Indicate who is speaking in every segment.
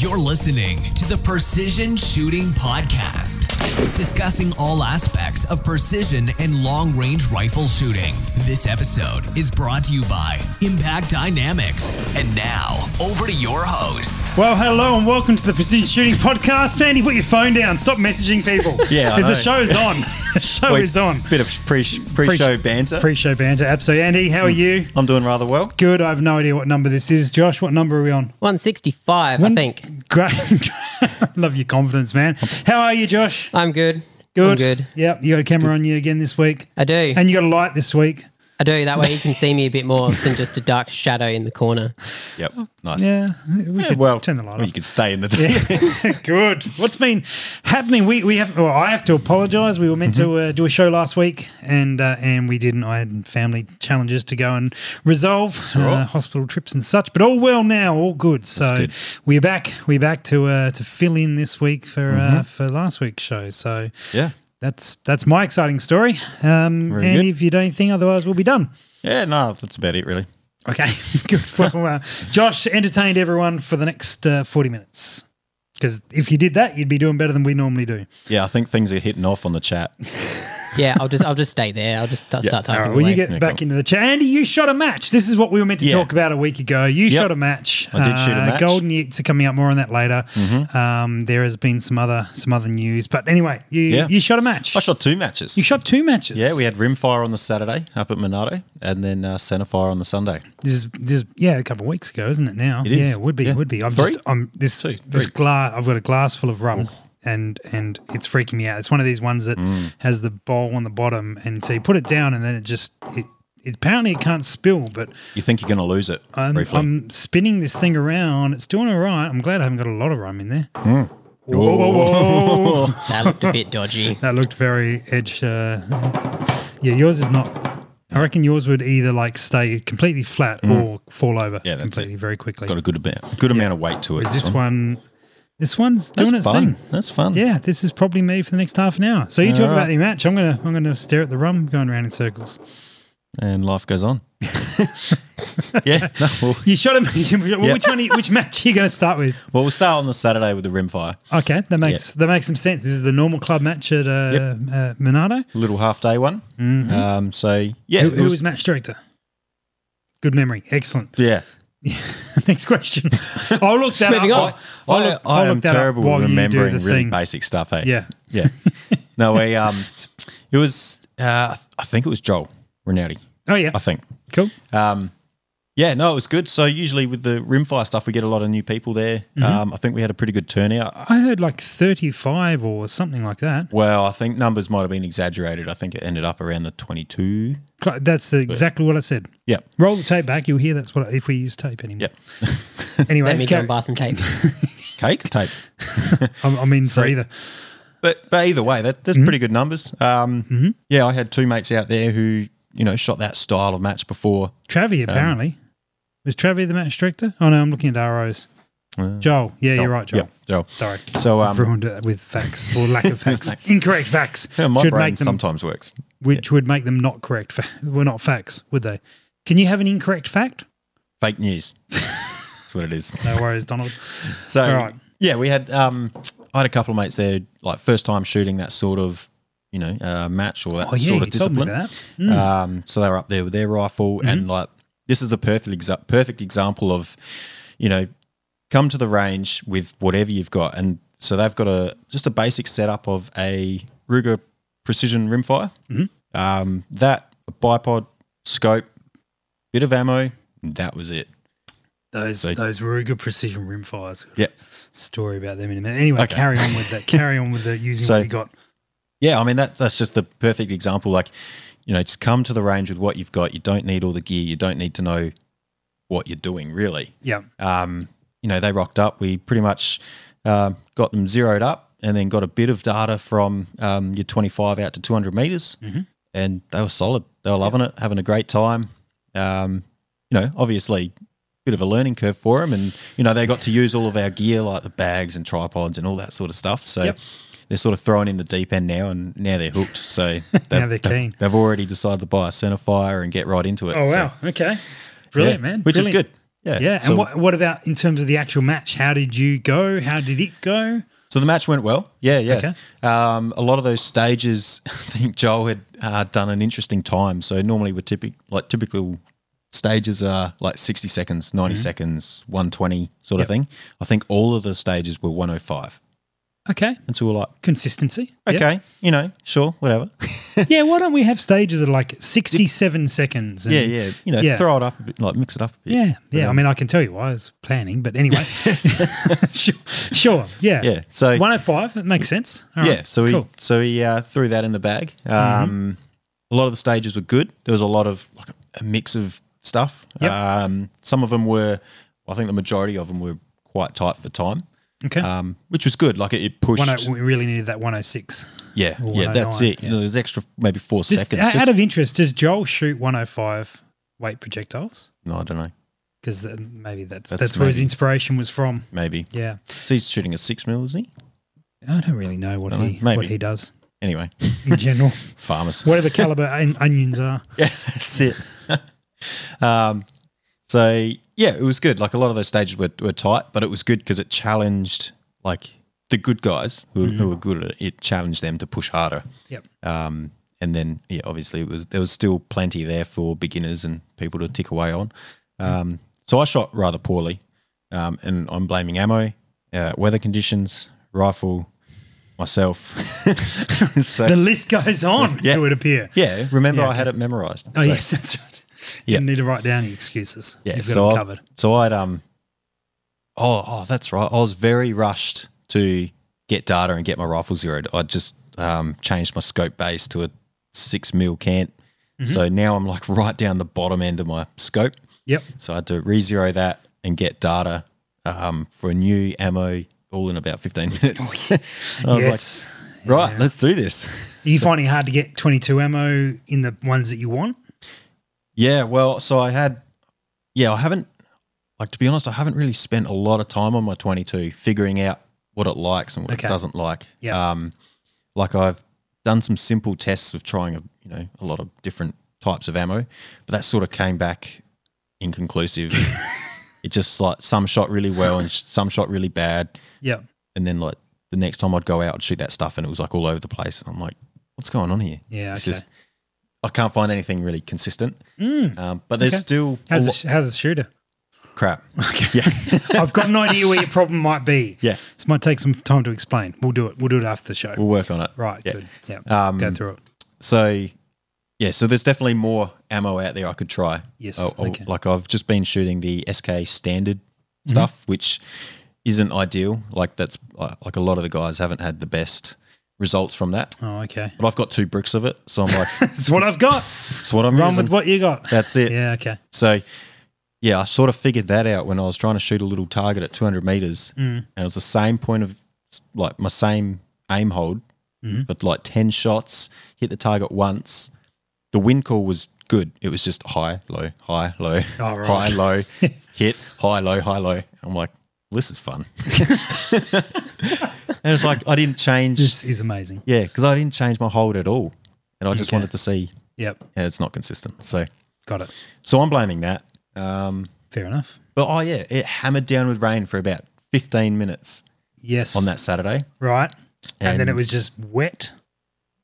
Speaker 1: You're listening to the Precision Shooting Podcast, discussing all aspects of precision and long range rifle shooting. This episode is brought to you by Impact Dynamics. And now, over to your hosts.
Speaker 2: Well, hello and welcome to the Precision Shooting Podcast. Andy, put your phone down. Stop messaging people.
Speaker 3: Yeah, I
Speaker 2: 'Cause the
Speaker 3: know.
Speaker 2: show's on. the show
Speaker 3: Wait,
Speaker 2: is on.
Speaker 3: Bit of pre pre show banter. Hmm.
Speaker 2: Pre-show banter. Absolutely. Andy, how are you?
Speaker 3: I'm doing rather well.
Speaker 2: Good. I have no idea what number this is. Josh, what number are we on?
Speaker 4: 165, I
Speaker 2: One-
Speaker 4: think.
Speaker 2: Great. Love your confidence, man. How are you, Josh?
Speaker 4: I'm good.
Speaker 2: Good.
Speaker 4: I'm good.
Speaker 2: Yep. You got a camera on you again this week,
Speaker 4: I do.
Speaker 2: and you got a light this week.
Speaker 4: I do. That way you can see me a bit more than just a dark shadow in the corner.
Speaker 3: Yep. Nice.
Speaker 2: Oh. Yeah. We should
Speaker 3: Well,
Speaker 2: turn the light
Speaker 3: well,
Speaker 2: off.
Speaker 3: you could stay in the.
Speaker 2: Good. What's been happening? We we have. Well, I have to apologise. We were meant to
Speaker 3: Mm-hmm.
Speaker 2: uh, do a show last week, and uh, and we didn't. I had family challenges to go and resolve, uh, hospital trips and such. But all well now, all good. So
Speaker 3: good.
Speaker 2: we're back. We're back to uh, to fill in this week for
Speaker 3: Mm-hmm.
Speaker 2: uh, for last week's show. So
Speaker 3: yeah.
Speaker 2: that's that's my exciting story. Um,
Speaker 3: Very
Speaker 2: and
Speaker 3: good.
Speaker 2: if you don't think otherwise, we'll be done.
Speaker 3: Yeah. No, that's about it really.
Speaker 2: Okay, good. Well, uh, Josh entertained everyone for the next uh, 40 minutes. Because if you did that, you'd be doing better than we normally do.
Speaker 3: Yeah, I think things are hitting off on the chat.
Speaker 4: Yeah, I'll just I'll just stay there. I'll just start,
Speaker 3: Yeah.
Speaker 4: start
Speaker 2: All
Speaker 4: typing
Speaker 2: right, well,
Speaker 4: away.
Speaker 2: you get
Speaker 3: Yeah,
Speaker 2: back
Speaker 3: cool.
Speaker 2: into the chat. Andy, you shot a match. This is what we were meant to
Speaker 3: Yeah.
Speaker 2: talk about a week ago. You
Speaker 3: Yep.
Speaker 2: shot a match. Uh,
Speaker 3: I did shoot a match. Mm-hmm.
Speaker 2: Golden Utes are coming up. More on that later. Um, there has been some other some other news, but anyway, you
Speaker 3: Yeah.
Speaker 2: you shot a match.
Speaker 3: I shot two matches.
Speaker 2: you shot two matches.
Speaker 3: yeah, we had Rimfire on the Saturday up at Monado, and then uh, Centerfire on the Sunday.
Speaker 2: This is this is- yeah, a couple of weeks ago, isn't it? Now,
Speaker 3: It is,
Speaker 2: yeah, it would be,
Speaker 3: yeah.
Speaker 2: would be. I'm
Speaker 3: Three?
Speaker 2: just, I'm this
Speaker 3: Two,
Speaker 2: this
Speaker 3: three.
Speaker 2: glass. I've got a glass full of rum, and and it's freaking me out. It's one of these ones that
Speaker 3: Mm.
Speaker 2: has the bowl on the bottom, and so you put it down, and then it just it. it apparently, it can't spill, but
Speaker 3: You think you're going to lose it
Speaker 2: I'm,
Speaker 3: briefly?
Speaker 2: I'm spinning this thing around. It's doing all right. I'm glad I haven't got a lot of rum in there. Whoa, whoa, whoa.
Speaker 4: That looked a bit dodgy.
Speaker 2: that looked very edge. Uh, yeah, yours is not. I reckon yours would either like stay completely flat or fall over
Speaker 3: Mm. Yeah, that's
Speaker 2: completely very quickly.
Speaker 3: Got a good amount, good amount of weight to it.
Speaker 2: Whereas this one, this one's
Speaker 3: That's
Speaker 2: doing its
Speaker 3: fun.
Speaker 2: thing.
Speaker 3: That's fun.
Speaker 2: Yeah, this is probably me for the next half an hour. So you talk
Speaker 3: Alright.
Speaker 2: about the match. I'm gonna, I'm gonna stare at the rum going around in circles.
Speaker 3: And life goes on. yeah. No, well,
Speaker 2: You shot him. Well, Which one? Are you, which match are you gonna start with?
Speaker 3: well, we'll start on the Saturday with the Rimfire.
Speaker 2: Okay, that makes that makes some sense. This is the normal club match at uh, uh, Monado.
Speaker 3: Little half day one. Um, so yeah,
Speaker 2: who,
Speaker 3: it
Speaker 2: who Mm-hmm.
Speaker 3: was-
Speaker 2: was match director? Good memory, excellent.
Speaker 3: yeah.
Speaker 2: Next question. I'll look that
Speaker 4: Moving
Speaker 2: up.
Speaker 4: on.
Speaker 2: I'll, I'll
Speaker 3: I,
Speaker 2: look,
Speaker 3: I
Speaker 2: I'll
Speaker 3: am
Speaker 2: look that
Speaker 3: terrible
Speaker 2: up while
Speaker 3: with remembering
Speaker 2: you do the
Speaker 3: really
Speaker 2: thing.
Speaker 3: basic stuff. Hey,
Speaker 2: Yeah.
Speaker 3: yeah. no, we um, it was uh, I think it was Joel Rinaldi.
Speaker 2: Oh yeah,
Speaker 3: I think.
Speaker 2: cool.
Speaker 3: Um, yeah, no, it was good. So usually with the rimfire stuff, we get a lot of new people there.
Speaker 2: Mm-hmm.
Speaker 3: Um, I think we had a pretty good turnout.
Speaker 2: I heard like thirty-five or something like that.
Speaker 3: Well, I think numbers might have been exaggerated. I think it ended up around the twenty-two.
Speaker 2: Cl- That's exactly what I said.
Speaker 3: Yeah,
Speaker 2: Roll the tape back. You'll hear that's what if we use tape anymore.
Speaker 3: yeah.
Speaker 2: Anyway,
Speaker 4: Let me go
Speaker 2: carry-
Speaker 4: and buy some tape.
Speaker 3: Cake tape.
Speaker 2: I'm, I'm in for either.
Speaker 3: But but either way, that, that's
Speaker 2: Mm-hmm.
Speaker 3: pretty good numbers. Um, Yeah, I had two mates out there who you know shot that style of match before.
Speaker 2: Travie
Speaker 3: Um,
Speaker 2: apparently was Travie the match director. Oh no, I'm looking at ROs. Joel. Yeah, you're right, Joel.
Speaker 3: Yeah, Uh, Joel.
Speaker 2: Sorry.
Speaker 3: So
Speaker 2: I've
Speaker 3: um,
Speaker 2: ruined it with facts or lack of facts. Incorrect facts.
Speaker 3: my
Speaker 2: should
Speaker 3: brain
Speaker 2: make them,
Speaker 3: sometimes works.
Speaker 2: which would make them not correct. Fa- well, not facts, would they? Can you have an incorrect fact?
Speaker 3: Fake news. that's what it is.
Speaker 2: No worries, Donald.
Speaker 3: So
Speaker 2: All right.
Speaker 3: yeah, we had um, I had a couple of mates there, like first time shooting that sort of you know uh, match or that
Speaker 2: Oh yeah, you
Speaker 3: sort of
Speaker 2: told me
Speaker 3: discipline.
Speaker 2: about that.
Speaker 3: Um, so they were up there with their rifle, and like this is the perfect exa- perfect example of you know come to the range with whatever you've got, and so they've got a just a basic setup of a Ruger Precision Rimfire, um, that a bipod scope, bit of ammo. That was it.
Speaker 2: Those
Speaker 3: So-
Speaker 2: those Ruger precision rimfires.
Speaker 3: Yeah.
Speaker 2: Story about them in a minute. Anyway,
Speaker 3: Okay.
Speaker 2: carry on with that. Carry on with the using
Speaker 3: So-
Speaker 2: what you got.
Speaker 3: Yeah, I mean that that's just the perfect example. Like, you know, just come to the range with what you've got. You don't need all the gear. You don't need to know what you're doing really.
Speaker 2: Yeah.
Speaker 3: Um, you know, they rocked up. We pretty much um got them zeroed up, and then got a bit of data from um, your 25 out to 200 meters,
Speaker 2: Mm-hmm.
Speaker 3: and they were solid. They were loving it, having a great time. Um, you know, obviously. Bit of a learning curve for them, and you know they got to use all of our gear, like the bags and tripods and all that sort of stuff. So
Speaker 2: Yep.
Speaker 3: they're sort of thrown in the deep end now, and now they're hooked. So they've,
Speaker 2: Now they're
Speaker 3: they've-
Speaker 2: keen.
Speaker 3: They've already decided to buy a centerfire and get right into it.
Speaker 2: Oh
Speaker 3: So,
Speaker 2: wow. Okay. Brilliant
Speaker 3: yeah,
Speaker 2: man.
Speaker 3: which is
Speaker 2: Brilliant.
Speaker 3: good. Yeah.
Speaker 2: Yeah. And
Speaker 3: So-
Speaker 2: what, what about in terms of the actual match? How did you go? How did it go?
Speaker 3: So the match went well. Yeah, yeah.
Speaker 2: Okay.
Speaker 3: Um, a lot of those stages, I think Joel had uh, done an interesting time. So normally with typic- like typical stages are like 60 seconds, 90
Speaker 2: Mm-hmm.
Speaker 3: seconds, 120 sort of thing. I think all of the stages were 105.
Speaker 2: Okay.
Speaker 3: And so we're like,
Speaker 2: Consistency. Yeah.
Speaker 3: okay, you know, sure, whatever.
Speaker 2: Yeah. Why don't we have stages that are like 67 seconds? and-
Speaker 3: yeah, yeah. You know,
Speaker 2: Yeah.
Speaker 3: throw it up a bit, like mix it up a bit.
Speaker 2: Yeah. Yeah. I mean, I can tell you why I was planning, but anyway. sure, sure. Yeah.
Speaker 3: Yeah, so-
Speaker 2: 105, it makes sense. All
Speaker 3: yeah,
Speaker 2: right,
Speaker 3: so he
Speaker 2: cool.
Speaker 3: so he uh, threw that in the bag. Um, A lot of the stages were good. There was a lot of like a mix of stuff.
Speaker 2: Yep.
Speaker 3: Um, some of them were, I think the majority of them were quite tight for time,
Speaker 2: Okay.
Speaker 3: um, which was good. Like it, it pushed.
Speaker 2: One oh- we really needed that 106.
Speaker 3: yeah,
Speaker 2: or
Speaker 3: yeah, that's
Speaker 2: 109,
Speaker 3: it. You know, there's extra maybe four
Speaker 2: Just,
Speaker 3: seconds.
Speaker 2: out
Speaker 3: Just,
Speaker 2: of interest, does Joel shoot 105 weight projectiles?
Speaker 3: no, I don't know.
Speaker 2: Because maybe that's that's,
Speaker 3: That's
Speaker 2: where his
Speaker 3: maybe.
Speaker 2: inspiration was from.
Speaker 3: Maybe.
Speaker 2: Yeah.
Speaker 3: So he's shooting a six mil, isn't he?
Speaker 2: I don't really know what
Speaker 3: know.
Speaker 2: he
Speaker 3: Maybe.
Speaker 2: what he does
Speaker 3: Anyway,
Speaker 2: in general.
Speaker 3: farmers.
Speaker 2: Whatever caliber on- onions are.
Speaker 3: Yeah, that's it. um, so yeah, it was good. Like a lot of those stages were, were tight, but it was good because it challenged like the good guys who, who were good at it. It challenged them to push harder.
Speaker 2: Yep.
Speaker 3: Um, and then yeah, obviously it was there was still plenty there for beginners and people to tick away on. Um, so I shot rather poorly, um, and I'm blaming ammo, uh, weather conditions, rifle, myself. so
Speaker 2: The list goes on,
Speaker 3: Yeah.
Speaker 2: it would appear.
Speaker 3: yeah, remember I had it memorized.
Speaker 2: Oh, yes, that's right. You Didn't need to write down any excuses.
Speaker 3: Yeah,
Speaker 2: You've got
Speaker 3: so
Speaker 2: them
Speaker 3: I've-
Speaker 2: covered.
Speaker 3: so I'd um, oh oh that's right. I was very rushed to get data and get my rifle zeroed. I just um changed my scope base to a six mil cant,
Speaker 2: Mm-hmm.
Speaker 3: so now I'm like right down the bottom end of my scope.
Speaker 2: Yep.
Speaker 3: So I had to re-zero that and get data um for a new ammo all in about 15 minutes. And I was
Speaker 2: Oh, yes.
Speaker 3: like, right, let's do this.
Speaker 2: Are you finding it hard to get 22 ammo in the ones that you want?
Speaker 3: Yeah, well, so I had, yeah, I haven't, like, to be honest, I haven't really spent a lot of time on my 22 figuring out what it likes and what
Speaker 2: Okay.
Speaker 3: it doesn't like.
Speaker 2: Yeah.
Speaker 3: Um, like, I've done some simple tests of trying, a, you know, a lot of different types of ammo, but that sort of came back inconclusive. it just, like, some shot really well and sh- some shot really bad.
Speaker 2: Yeah.
Speaker 3: And then, like, the next time I'd go out and shoot that stuff and it was, like, all over the place. And I'm like, what's going on here?
Speaker 2: Yeah,
Speaker 3: It's
Speaker 2: okay.
Speaker 3: just, I can't find anything really consistent. Um, but there's
Speaker 2: Mm. Okay.
Speaker 3: still a
Speaker 2: How's
Speaker 3: lo-
Speaker 2: a, sh- how's a shooter?
Speaker 3: crap. Yeah.
Speaker 2: I've got an idea where your problem might be.
Speaker 3: Yeah.
Speaker 2: This might take some time to explain. We'll do it. We'll do it after the show.
Speaker 3: we'll work on it.
Speaker 2: right.
Speaker 3: Yeah.
Speaker 2: Good. Yeah.
Speaker 3: Um,
Speaker 2: Go through it.
Speaker 3: So, yeah, so there's definitely more ammo out there I could try.
Speaker 2: Yes,
Speaker 3: Oh, oh,
Speaker 2: okay. Mm-hmm.
Speaker 3: Like I've just been shooting the SK standard stuff, which isn't ideal. Like that's uh, like a lot of the guys haven't had the best results from that.
Speaker 2: Oh, okay.
Speaker 3: But I've got two bricks of it, so I'm like,
Speaker 2: That's what I've got.
Speaker 3: that's what I'm
Speaker 2: Run
Speaker 3: using.
Speaker 2: with what you got.
Speaker 3: that's it.
Speaker 2: Yeah. Okay.
Speaker 3: So, yeah, I sort of figured that out when I was trying to shoot a little target at 200 meters,
Speaker 2: Mm.
Speaker 3: and it was the same point of like my same aim hold,
Speaker 2: Mm-hmm.
Speaker 3: but like 10 shots, hit the target once. The wind call was good. It was just high, low, high, low,
Speaker 2: Oh, right.
Speaker 3: high, low, hit, high, low, high, low. I'm like, this is fun. and it's like I didn't change,
Speaker 2: This is amazing.
Speaker 3: yeah, because I didn't change my hold at all, and I just
Speaker 2: Okay.
Speaker 3: wanted to see.
Speaker 2: Yep.
Speaker 3: Yeah, it's not consistent. So,
Speaker 2: Got it.
Speaker 3: so I'm blaming that. Um,
Speaker 2: Fair enough.
Speaker 3: but oh yeah, it hammered down with rain for about 15 minutes
Speaker 2: Yes.
Speaker 3: on that Saturday.
Speaker 2: Right. And, then it
Speaker 3: And-
Speaker 2: was just wet.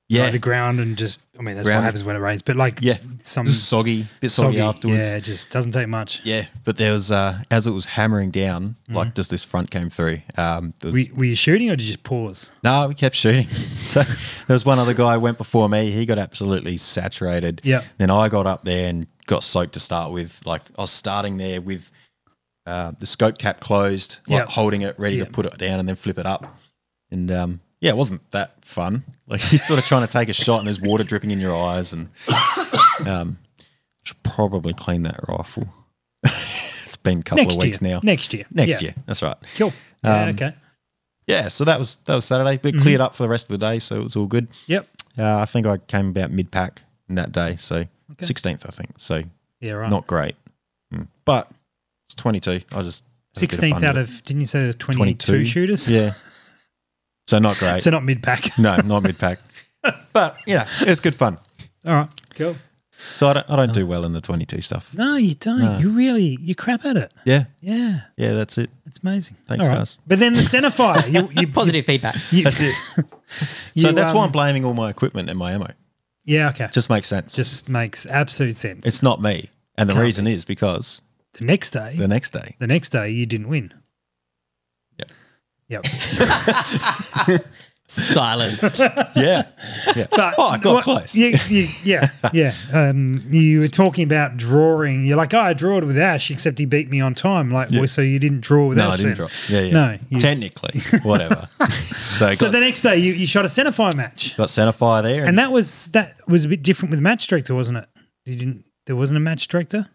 Speaker 3: Yeah,
Speaker 2: Like the ground and just. I mean, that's
Speaker 3: Ground.
Speaker 2: what happens when it rains. But like.
Speaker 3: yeah,
Speaker 2: Some
Speaker 3: It was soggy, bit soggy,
Speaker 2: soggy
Speaker 3: afterwards.
Speaker 2: Yeah.
Speaker 3: Yeah.
Speaker 2: It just doesn't take much.
Speaker 3: but there was uh, as it was hammering down,
Speaker 2: Mm.
Speaker 3: like just this front came through. Um, there was-
Speaker 2: Were, were you shooting or did you just pause?
Speaker 3: no, we kept shooting. so there was one other guy went before me. He got absolutely saturated.
Speaker 2: Yeah.
Speaker 3: Then I got up there and got soaked to start with. Like I was starting there with uh, the scope cap closed, like
Speaker 2: Yeah.
Speaker 3: holding it, ready
Speaker 2: Yeah.
Speaker 3: to put it down and then flip it up. And um, yeah, it wasn't that fun. Like you're sort of trying to take a shot and there's water dripping in your eyes and um, should probably clean that rifle. it's been a couple
Speaker 2: Next
Speaker 3: of weeks
Speaker 2: year.
Speaker 3: now.
Speaker 2: Next year.
Speaker 3: Next
Speaker 2: Yeah.
Speaker 3: year. That's right.
Speaker 2: Cool. Yeah,
Speaker 3: Um,
Speaker 2: okay.
Speaker 3: Yeah, so that was that was Saturday, but it
Speaker 2: Mm-hmm.
Speaker 3: cleared up for the rest of the day, so it was all good.
Speaker 2: Yep.
Speaker 3: Uh, I think I came about mid pack in that day, so sixteenth, I think. So
Speaker 2: Yeah. Right.
Speaker 3: not great, Mm. but it's twenty two. I just had a bit
Speaker 2: Sixteenth
Speaker 3: fun
Speaker 2: out
Speaker 3: with
Speaker 2: of didn't you say twenty-two
Speaker 3: 22?
Speaker 2: shooters?
Speaker 3: it. yeah, so not great.
Speaker 2: So not mid pack.
Speaker 3: no, not mid pack, but yeah, it was good fun.
Speaker 2: All right. Cool.
Speaker 3: So I don't, I don't
Speaker 2: Oh.
Speaker 3: do well in the 22 stuff.
Speaker 2: No, you don't. You really, you crap at it.
Speaker 3: Yeah.
Speaker 2: Yeah,
Speaker 3: Yeah, that's it.
Speaker 2: it's amazing.
Speaker 3: Thanks, guys.
Speaker 2: But then the center fire. You, you,
Speaker 4: Positive feedback.
Speaker 2: you-
Speaker 3: That's it.
Speaker 2: you,
Speaker 3: so that's why I'm
Speaker 2: um,
Speaker 3: blaming all my equipment and my ammo.
Speaker 2: Yeah, okay. Just,
Speaker 3: Just makes sense.
Speaker 2: makes absolute sense.
Speaker 3: it's not me. And the reason is because
Speaker 2: the next day.
Speaker 3: the next day.
Speaker 2: the next day, you didn't win.
Speaker 3: Yep.
Speaker 2: Yep.
Speaker 4: Silenced.
Speaker 3: Yeah. yeah.
Speaker 2: But-
Speaker 3: oh, I got
Speaker 2: well,
Speaker 3: close.
Speaker 2: You, you, yeah, yeah. Um, you were talking about drawing. You're like, oh, I drawed with Ash, except he beat me on time. Like, well, so you didn't draw with
Speaker 3: no,
Speaker 2: Ash.
Speaker 3: I didn't
Speaker 2: then.
Speaker 3: drop. Yeah, yeah.
Speaker 2: No, you-
Speaker 3: Technically, whatever. so
Speaker 2: So
Speaker 3: got,
Speaker 2: the next day, you, you shot a centerfire match,
Speaker 3: got center fire there. And,
Speaker 2: and that was that was a bit different with match director, wasn't it? You didn't. There wasn't a match director.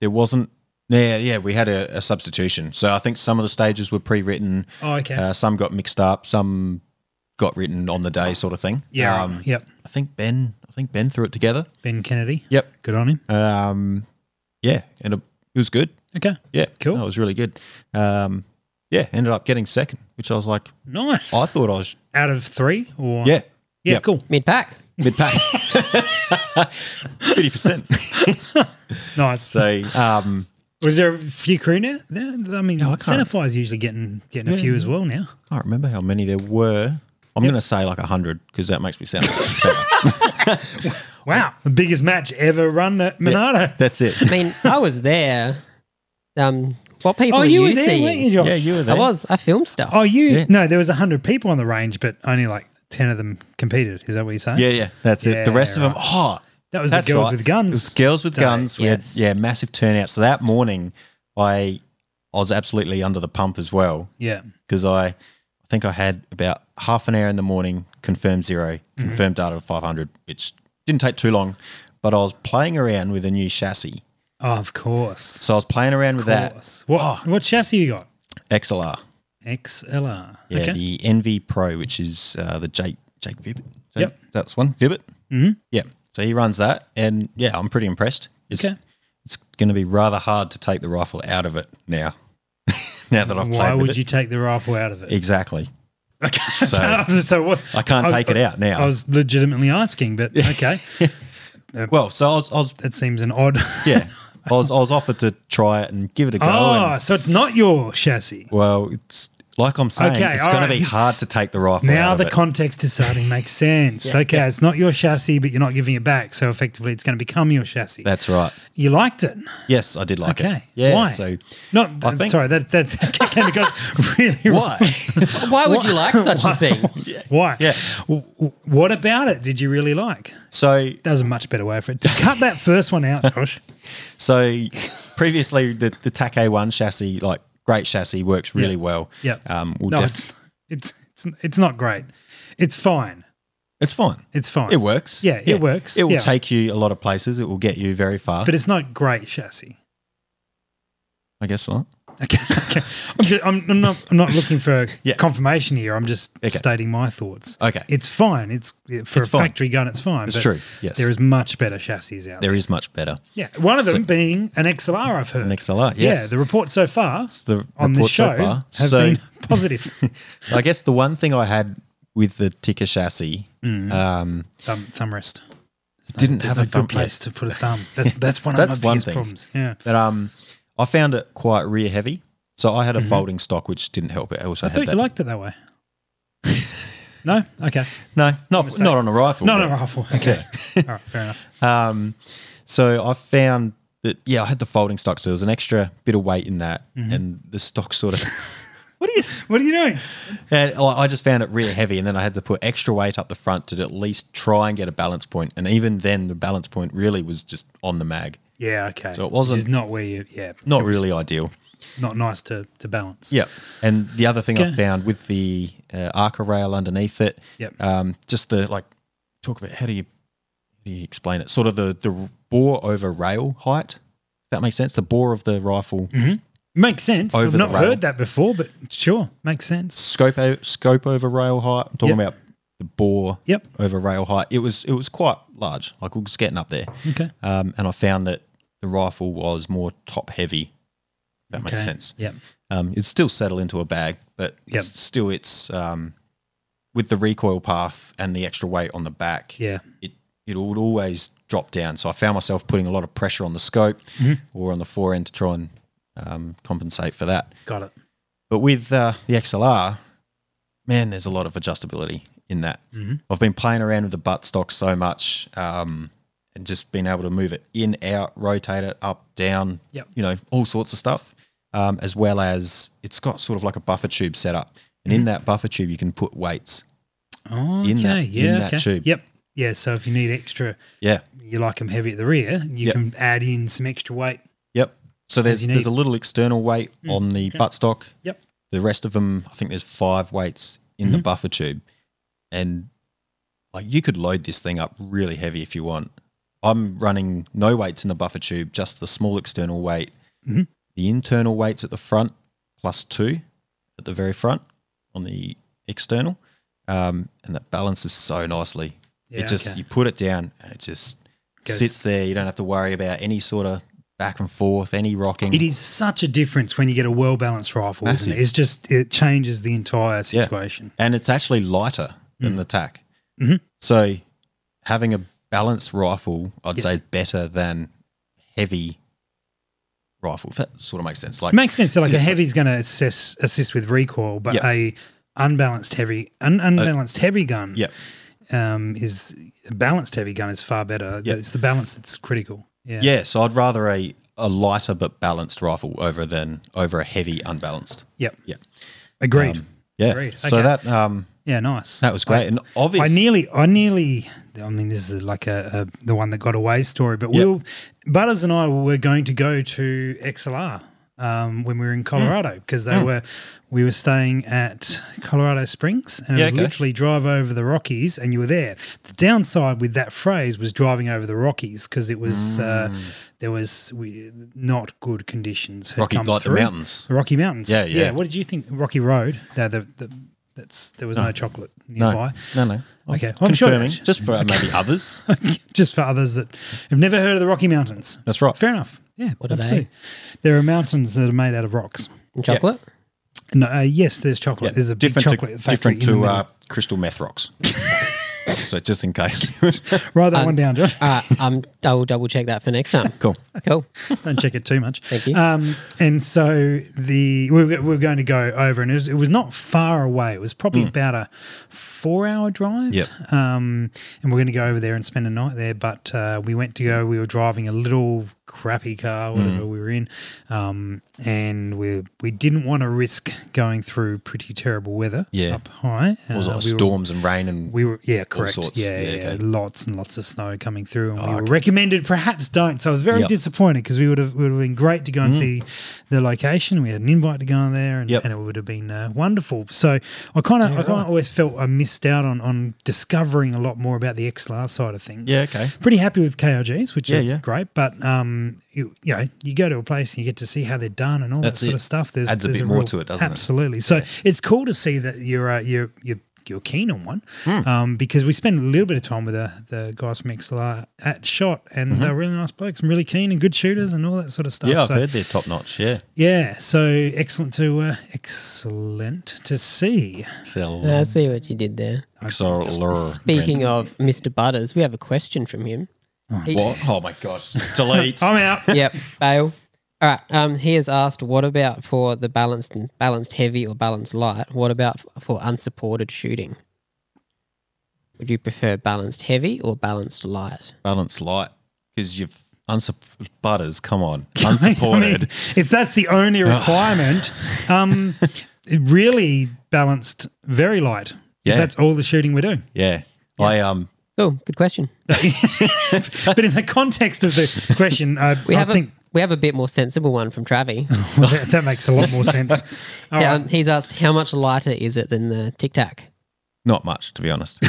Speaker 3: there wasn't. Yeah, yeah, we had a, a substitution. So I think some of the stages were pre written.
Speaker 2: Oh, okay.
Speaker 3: Uh, some got mixed up. Some got written on the day, sort of thing.
Speaker 2: yeah.
Speaker 3: Um,
Speaker 2: yep.
Speaker 3: I think Ben. I think Ben threw it together.
Speaker 2: Ben Kennedy.
Speaker 3: Yep.
Speaker 2: Good on him.
Speaker 3: Um, yeah, and it it was good.
Speaker 2: Okay.
Speaker 3: Yeah,
Speaker 2: Cool.
Speaker 3: That was really good. Um, yeah, ended up getting second, which I was like,
Speaker 2: Nice.
Speaker 3: I thought I was.
Speaker 2: Out of three, or
Speaker 3: Yeah,
Speaker 2: yeah, cool.
Speaker 4: Mid pack.
Speaker 3: mid pack, fifty percent.
Speaker 2: Nice.
Speaker 3: So um,
Speaker 2: was there a few crew now? There, I mean,
Speaker 3: No, I can't-
Speaker 2: centerfire's usually getting getting a few as well now.
Speaker 3: I can't remember how many there were. I'm going to say like hundred because that makes me sound. better.
Speaker 2: Wow, the biggest match ever run at Monado.
Speaker 3: That's it.
Speaker 4: I mean, I was there. Um, what people
Speaker 2: Oh,
Speaker 4: are
Speaker 2: you
Speaker 4: you,
Speaker 2: were there, weren't
Speaker 4: seeing?
Speaker 2: you, Josh?
Speaker 3: Yeah, you were
Speaker 4: I
Speaker 3: there.
Speaker 4: was. I filmed stuff.
Speaker 2: Oh, you?
Speaker 3: Yeah.
Speaker 2: No, there was hundred people on the range, but only like ten of them competed. Is that what you're saying?
Speaker 3: Yeah, yeah, that's it. The
Speaker 2: Yeah,
Speaker 3: rest of them,
Speaker 2: right.
Speaker 3: oh,
Speaker 2: That was the Girls with Guns
Speaker 3: It was girls with
Speaker 2: Day.
Speaker 3: guns. We had,
Speaker 4: Yes.
Speaker 3: yeah, massive turnout. So that morning, I, I was absolutely under the pump as well
Speaker 2: yeah,
Speaker 3: because I, I think I had about half an hour in the morning, confirmed zero,
Speaker 2: Mm-hmm.
Speaker 3: confirmed data of 500, which didn't take too long. But I was playing around with a new chassis.
Speaker 2: Oh, of course.
Speaker 3: So I was playing around with
Speaker 2: Of course. What,
Speaker 3: Oh.
Speaker 2: what chassis you got?
Speaker 3: that XLR.
Speaker 2: XLR.
Speaker 3: Yeah,
Speaker 2: okay.
Speaker 3: the NV Pro, which is uh, the Jake Jake Vibbit. Jake-
Speaker 2: Yep.
Speaker 3: that's one Vibbit. Mm-hmm. Yeah, so he runs that, and yeah, I'm pretty impressed. It's
Speaker 2: Okay.
Speaker 3: it's going to be rather hard to take the rifle out of it now. now that I've
Speaker 2: Why
Speaker 3: played
Speaker 2: would
Speaker 3: with
Speaker 2: you
Speaker 3: it,
Speaker 2: take the rifle out of it?
Speaker 3: exactly.
Speaker 2: Okay.
Speaker 3: So-
Speaker 2: so what?
Speaker 3: I can't
Speaker 2: was-
Speaker 3: take it out now.
Speaker 2: I was legitimately asking, but okay,
Speaker 3: well, so I was, I was
Speaker 2: that seems an odd.
Speaker 3: yeah, I was I was offered to try it and give it a go.
Speaker 2: oh,
Speaker 3: and,
Speaker 2: so it's not your chassis.
Speaker 3: well, it's like I'm saying,
Speaker 2: Okay,
Speaker 3: it's
Speaker 2: all
Speaker 3: going to
Speaker 2: right.
Speaker 3: be hard to take the rifle
Speaker 2: Now
Speaker 3: out of
Speaker 2: the
Speaker 3: it.
Speaker 2: context is starting to make sense. okay, it's not your chassis, but you're not giving it back. So effectively, it's going to become your chassis.
Speaker 3: that's right.
Speaker 2: you liked it.
Speaker 3: Yes, I did like it.
Speaker 2: Okay.
Speaker 3: Yeah.
Speaker 2: Why?
Speaker 3: So
Speaker 2: Not.
Speaker 3: I think-
Speaker 2: sorry. That that's okay, because really.
Speaker 3: why?
Speaker 4: Why would you like such a thing?
Speaker 2: Why?
Speaker 3: Yeah.
Speaker 2: W- w- What about it? Did you really like?
Speaker 3: so
Speaker 2: That was a much better way for it. Cut that first one out, Josh.
Speaker 3: So previously, the the Tac A1 chassis, like great chassis, works really well.
Speaker 2: Yeah.
Speaker 3: Um, we'll
Speaker 2: no,
Speaker 3: def-
Speaker 2: it's, it's it's it's not great. It's fine.
Speaker 3: it's fine.
Speaker 2: It's fine.
Speaker 3: It works.
Speaker 2: Yeah, it works.
Speaker 3: It will
Speaker 2: Yeah.
Speaker 3: take you a lot of places. It will get you very far.
Speaker 2: but
Speaker 3: But
Speaker 2: it's not great chassis.
Speaker 3: I guess not.
Speaker 2: Okay. okay. I'm, just, I'm, I'm not I'm not looking for
Speaker 3: Yeah.
Speaker 2: confirmation here. I'm just
Speaker 3: Okay.
Speaker 2: stating my thoughts.
Speaker 3: Okay.
Speaker 2: It's fine. It's for
Speaker 3: It's
Speaker 2: a
Speaker 3: fine.
Speaker 2: factory gun. It's fine.
Speaker 3: It's
Speaker 2: but
Speaker 3: true, yes.
Speaker 2: There is much better chassis out there.
Speaker 3: There is much better.
Speaker 2: Yeah, one of them being an XLR, I've heard.
Speaker 3: An XLR, yes.
Speaker 2: Yeah, the report so far
Speaker 3: The
Speaker 2: on the
Speaker 3: report
Speaker 2: show
Speaker 3: so far.
Speaker 2: has
Speaker 3: So-
Speaker 2: been positive.
Speaker 3: I guess the one thing I had with the Ticker chassis um,
Speaker 2: thumb, thumb rest. There's no-
Speaker 3: Didn't
Speaker 2: Mm. there's
Speaker 3: have
Speaker 2: no
Speaker 3: a thumb
Speaker 2: good place to put a thumb. That's that's one of
Speaker 3: That's
Speaker 2: my
Speaker 3: one
Speaker 2: biggest
Speaker 3: thing.
Speaker 2: problems. Yeah.
Speaker 3: that um, I found it quite rear heavy. So I had a folding stock, which didn't help. It also
Speaker 2: Mm-hmm. I
Speaker 3: had
Speaker 2: thought
Speaker 3: that.
Speaker 2: you liked it that way. no? Okay.
Speaker 3: no, not, not on a rifle.
Speaker 2: No,
Speaker 3: but-
Speaker 2: no, rifle. Okay. All right, fair enough.
Speaker 3: Um, so I found that yeah, I had the folding stock, so there was an extra bit of weight in that, and the stock sort of.
Speaker 2: What are you what are you doing?
Speaker 3: and I I just found it rear heavy, and then I had to put extra weight up the front to at least try and get a balance point, and even then, the balance point really was just on the mag,
Speaker 2: Yeah, okay. So
Speaker 3: it wasn't-
Speaker 2: is not where you yeah.
Speaker 3: not really ideal.
Speaker 2: Not nice to, to balance.
Speaker 3: Yeah, and the other thing I
Speaker 2: Okay.
Speaker 3: found with the uh, Arca rail underneath it,
Speaker 2: Yep.
Speaker 3: um, just the like, talk about how do you how do you explain it? Sort of the the bore over rail height. If that makes sense. The bore of the rifle
Speaker 2: Makes sense.
Speaker 3: Over
Speaker 2: I've
Speaker 3: the
Speaker 2: not
Speaker 3: rail.
Speaker 2: heard that before, but sure, makes sense.
Speaker 3: scope o- scope over rail height. I'm talking
Speaker 2: Yep.
Speaker 3: about the bore
Speaker 2: Yep.
Speaker 3: over rail height. It was it was quite large. Like we was getting up there,
Speaker 2: Okay.
Speaker 3: um, and I found that the rifle was more top heavy. If that makes
Speaker 2: Okay.
Speaker 3: sense.
Speaker 2: Yep.
Speaker 3: Um, it'd still settle into a bag, but
Speaker 2: Yep.
Speaker 3: it's still it's um, with the recoil path and the extra weight on the back.
Speaker 2: Yeah.
Speaker 3: It it would always drop down. So I found myself putting a lot of pressure on the scope
Speaker 2: Mm-hmm.
Speaker 3: or on the forend to try and um, compensate for that.
Speaker 2: Got it.
Speaker 3: But with uh, the XLR, man, there's a lot of adjustability in that. I've been playing around with the buttstock so much um, and just being able to move it in, out, rotate it up, down,
Speaker 2: Yep.
Speaker 3: you know, all sorts of stuff, um, as well as it's got sort of like a buffer tube setup. And in that buffer tube, you can put weights.
Speaker 2: Okay.
Speaker 3: that- in
Speaker 2: yeah.
Speaker 3: that
Speaker 2: okay.
Speaker 3: tube.
Speaker 2: Yep. Yeah. So if you need extra,
Speaker 3: Yeah.
Speaker 2: you like them heavy at the rear, you
Speaker 3: Yep.
Speaker 2: can add in some extra weight.
Speaker 3: Yep. So there's
Speaker 2: you
Speaker 3: there's
Speaker 2: need. Mm.
Speaker 3: a little external weight on the buttstock.
Speaker 2: Yep. Mm-hmm.
Speaker 3: The rest of them, I think there's five weights in the buffer tube, and like you could load this thing up really heavy if you want. I'm running no weights in the buffer tube, just the small external weight,
Speaker 2: Mhm.
Speaker 3: the internal weights at the front plus two at the very front on the external, um, and that balances so nicely.
Speaker 2: Yeah,
Speaker 3: it just
Speaker 2: okay.
Speaker 3: you put it down, and it just
Speaker 2: Goes-
Speaker 3: sits there. You don't have to worry about any sort of back and forth, any rocking.
Speaker 2: It is such a difference when you get a well balanced rifle, isn't
Speaker 3: Mm. Massive.
Speaker 2: it? It's just it changes the entire
Speaker 3: Yeah.
Speaker 2: situation.
Speaker 3: and it's actually lighter than
Speaker 2: Mm.
Speaker 3: the TAC.
Speaker 2: Mhm.
Speaker 3: So having a balanced rifle, I'd say, is better than heavy rifle. If that sort of makes sense. Like
Speaker 2: It makes sense. So like a
Speaker 3: Yeah.
Speaker 2: heavy's going to assist assist with recoil, but
Speaker 3: Yep.
Speaker 2: a unbalanced heavy un, unbalanced
Speaker 3: Uh,
Speaker 2: heavy gun
Speaker 3: Yep.
Speaker 2: um, is a balanced heavy gun is far better.
Speaker 3: Yep.
Speaker 2: It's the balance that's critical. Yeah.
Speaker 3: yeah. So I'd rather a a lighter but balanced rifle over than over a heavy unbalanced.
Speaker 2: Yep.
Speaker 3: Yeah.
Speaker 2: Agreed.
Speaker 3: Yeah.
Speaker 2: Agreed.
Speaker 3: So
Speaker 2: Okay.
Speaker 3: that um
Speaker 2: yeah. Nice.
Speaker 3: that was great and obvious.
Speaker 2: I nearly, I nearly. I mean, this is like a, a the one that got away story. But
Speaker 3: Yep.
Speaker 2: we will Butters and I were going to go to XLR um, when we
Speaker 3: Hmm.
Speaker 2: were in Colorado because they were we were staying at Colorado Springs and it
Speaker 3: Yeah,
Speaker 2: was
Speaker 3: okay.
Speaker 2: literally drive over the Rockies and you were there. The downside with that phrase was driving over the Rockies because it was
Speaker 3: Hmm.
Speaker 2: uh, there was we, not good conditions. had
Speaker 3: Rocky
Speaker 2: come
Speaker 3: like the
Speaker 2: through.
Speaker 3: mountains.
Speaker 2: The Rocky Mountains.
Speaker 3: Yeah, yeah.
Speaker 2: What did you think? Rocky Road. No, the, the, that's there was no, chocolate nearby.
Speaker 3: no, no, no. I'm
Speaker 2: Okay, I'm sure
Speaker 3: confirming
Speaker 2: that's-
Speaker 3: just for maybe others.
Speaker 2: just for others that have never heard of the Rocky Mountains.
Speaker 3: That's right.
Speaker 2: Fair enough. Yeah,
Speaker 4: What are they?
Speaker 2: There are mountains that are made out of rocks.
Speaker 4: And chocolate?
Speaker 2: No, uh, yes, there's chocolate. There's a big
Speaker 3: different
Speaker 2: chocolate
Speaker 3: to,
Speaker 2: factory.
Speaker 3: different
Speaker 2: in the
Speaker 3: to
Speaker 2: middle.
Speaker 3: uh, crystal meth rocks. so just in case,
Speaker 2: write that one down, John.
Speaker 4: Uh, um, I will double check that for next time.
Speaker 3: cool.
Speaker 4: Cool.
Speaker 2: Don't check it too much.
Speaker 4: Thank you.
Speaker 2: Um, and so the we were, we were going to go over, and it was, it was not far away. It was probably about a four-hour drive.
Speaker 3: Hmm. Yep.
Speaker 2: Um, and we're going to go over there and spend a night there. But uh, we went to go. We were driving a little crappy car,
Speaker 3: Hmm.
Speaker 2: whatever we were in, um, and we we didn't want to risk going through pretty terrible weather.
Speaker 3: Yeah.
Speaker 2: Up high.
Speaker 3: It was
Speaker 2: Uh,
Speaker 3: like
Speaker 2: we were-
Speaker 3: storms and rain and
Speaker 2: we were yeah, correct.
Speaker 3: sorts.
Speaker 2: Yeah, yeah,
Speaker 3: Yeah,
Speaker 2: yeah.
Speaker 3: okay.
Speaker 2: lots and lots of snow coming through, and we
Speaker 3: Oh,
Speaker 2: were
Speaker 3: okay.
Speaker 2: recommended perhaps don't. So I was very
Speaker 3: Yep. Mm.
Speaker 2: disappointed because we would have would have been great to go and see the location. We had an invite to go in there, and,
Speaker 3: Yep.
Speaker 2: and it would have been uh, wonderful. So I kind of I kind of always felt I missed out on on discovering a lot more about the XLR side of things.
Speaker 3: Yeah, okay.
Speaker 2: Pretty happy with KRGs, which
Speaker 3: Yeah,
Speaker 2: are
Speaker 3: yeah.
Speaker 2: great, but um, you, you know, you go to a place and you get to see how they're done and all
Speaker 3: That's
Speaker 2: that sort
Speaker 3: it.
Speaker 2: of stuff. There's
Speaker 3: Adds a
Speaker 2: there's
Speaker 3: bit more
Speaker 2: real-
Speaker 3: to it, doesn't it?
Speaker 2: Absolutely. So it's cool to see that you're uh, you're you're you're keen on one
Speaker 3: Hmm.
Speaker 2: um, because we spent a little bit of time with the, the guys from XLR at Shot and they're really nice blokes and really keen and good shooters and all that sort of stuff.
Speaker 3: Mm-hmm. yeah, I've
Speaker 2: so,
Speaker 3: heard they're top notch. Yeah,
Speaker 2: Yeah, so excellent to uh, excellent to see.
Speaker 3: Excel-
Speaker 4: I see what you did there.
Speaker 3: Excel-
Speaker 4: Speaking of Mr. Butters, we have a question from him. He-
Speaker 3: what? Oh my gosh! Delete.
Speaker 2: I'm out.
Speaker 4: yep, bail. All right. Um, he has asked, what about for the balanced balanced heavy or balanced light? What about f- for unsupported shooting? Would you prefer balanced heavy or balanced light?
Speaker 3: Balance light because you've unsupp- butters. Come on, unsupported.
Speaker 2: I mean, if that's the only requirement, um, really balanced, very light.
Speaker 3: Yeah.
Speaker 2: If that's all the shooting we're doing.
Speaker 3: yeah. I um.
Speaker 4: Cool. Good question.
Speaker 2: But in the context of the question, I,
Speaker 4: We
Speaker 2: I
Speaker 4: have
Speaker 2: think
Speaker 4: a we have a bit more sensible one from Travi.
Speaker 2: well, that, that makes a lot more sense. All
Speaker 4: Yeah,
Speaker 2: right.
Speaker 4: um, he's asked how much lighter is it than the Tic Tac?
Speaker 3: Not much, to be honest.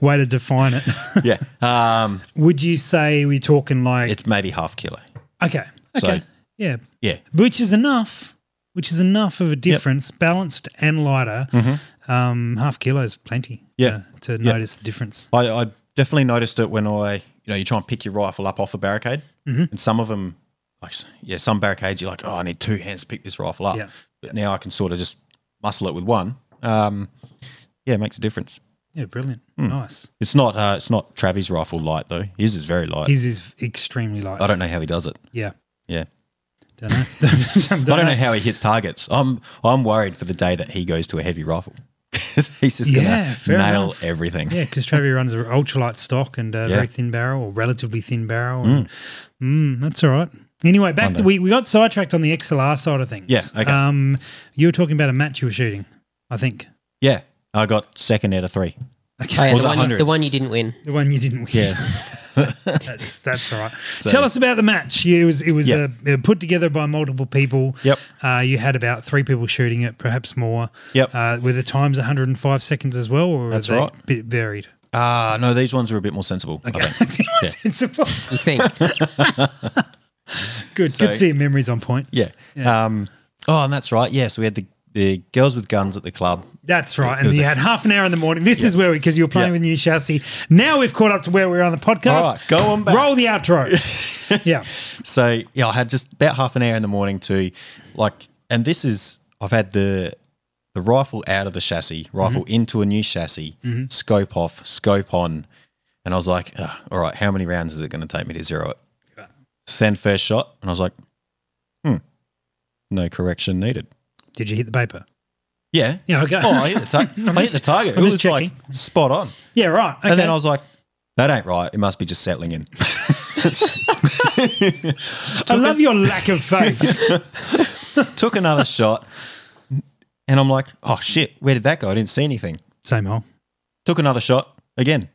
Speaker 2: Way to define it.
Speaker 3: yeah, um,
Speaker 2: Would you say we're talking like
Speaker 3: it's maybe half kilo.
Speaker 2: okay, okay,
Speaker 3: So-
Speaker 2: yeah,
Speaker 3: Yeah,
Speaker 2: which is enough, which is enough of a difference, balanced and lighter. Um, half kilo is plenty.
Speaker 3: Mm-hmm. Yeah.
Speaker 2: to, to notice the difference.
Speaker 3: I, I definitely noticed it when I, you know, you try and pick your rifle up off a barricade,
Speaker 2: Mm-hmm.
Speaker 3: and some of them, like, yeah, some barricades, you're like, oh, I need two hands to pick this rifle up.
Speaker 2: Yeah.
Speaker 3: But now I can sort of just muscle it with one. Um, yeah, it makes a difference.
Speaker 2: Yeah, brilliant. Nice.
Speaker 3: It's not uh, it's not Travis rifle light though. His is very light.
Speaker 2: His is extremely light.
Speaker 3: I don't know how he does it.
Speaker 2: Yeah.
Speaker 3: Yeah.
Speaker 2: Don't know. don't
Speaker 3: I don't know how he hits targets. I'm I'm worried for the day that he goes to a heavy rifle. 'Cause he's just
Speaker 2: Yeah, fair
Speaker 3: gonna nail
Speaker 2: enough.
Speaker 3: everything.
Speaker 2: Yeah, because Travi runs an ultralight stock and a
Speaker 3: Yeah.
Speaker 2: very thin barrel or relatively thin barrel. And, mm, that's all right. Anyway, back to, we, we got sidetracked on the XLR side of things.
Speaker 3: Yeah, okay.
Speaker 2: Um, you were talking about a match you were shooting, I think.
Speaker 3: Yeah, I got second out of three.
Speaker 4: Oh, yeah,
Speaker 3: Was it
Speaker 4: the, one you,
Speaker 3: 100?
Speaker 4: the one you didn't win.
Speaker 2: The one you didn't win.
Speaker 3: Yeah.
Speaker 2: that's, that's all right. Tell us about the match. It was it was
Speaker 3: Yeah.
Speaker 2: uh, put together by multiple people.
Speaker 3: Yep.
Speaker 2: Uh, you had about three people shooting it, perhaps more.
Speaker 3: Yep.
Speaker 2: Uh, were the times 105 seconds as well, or
Speaker 3: That's
Speaker 2: were they
Speaker 3: right.
Speaker 2: a bit varied?
Speaker 3: Ah, no, these ones are a bit more sensible. I think.
Speaker 2: Sensible.
Speaker 4: You think?
Speaker 2: Good.
Speaker 3: So-
Speaker 2: Good to see your memories on point.
Speaker 3: Yeah. Um, oh, and that's right. Yes, we had the, the girls with guns at the club.
Speaker 2: That's right. And
Speaker 3: was
Speaker 2: you
Speaker 3: a-
Speaker 2: had half an hour in the morning. This is where we, because you were playing
Speaker 3: Yeah.
Speaker 2: with new chassis. Now we've caught up to where we were on the podcast.
Speaker 3: All right, go on back.
Speaker 2: Roll the outro. yeah.
Speaker 3: So yeah, I had just about half an hour in the morning to, like, and this is I've had the the rifle out of the chassis, rifle
Speaker 2: Mm-hmm.
Speaker 3: into a new chassis, scope off, scope on, and I was like, "Ugh, all right, how many rounds is it going to take me to zero it? Send first shot, and I was like, hmm, no correction needed.
Speaker 2: Did you hit the paper?
Speaker 3: Yeah.
Speaker 2: Yeah, okay.
Speaker 3: Oh, I hit the, tar- I hit the target.
Speaker 2: I'm
Speaker 3: it was
Speaker 2: just
Speaker 3: like spot on.
Speaker 2: Yeah, right. Okay.
Speaker 3: And then I was like, that ain't right. It must be just settling in.
Speaker 2: I love your lack of faith.
Speaker 3: Took another shot. And I'm like, oh shit, where did that go? I didn't see anything.
Speaker 2: Same hole.
Speaker 3: Took another shot again.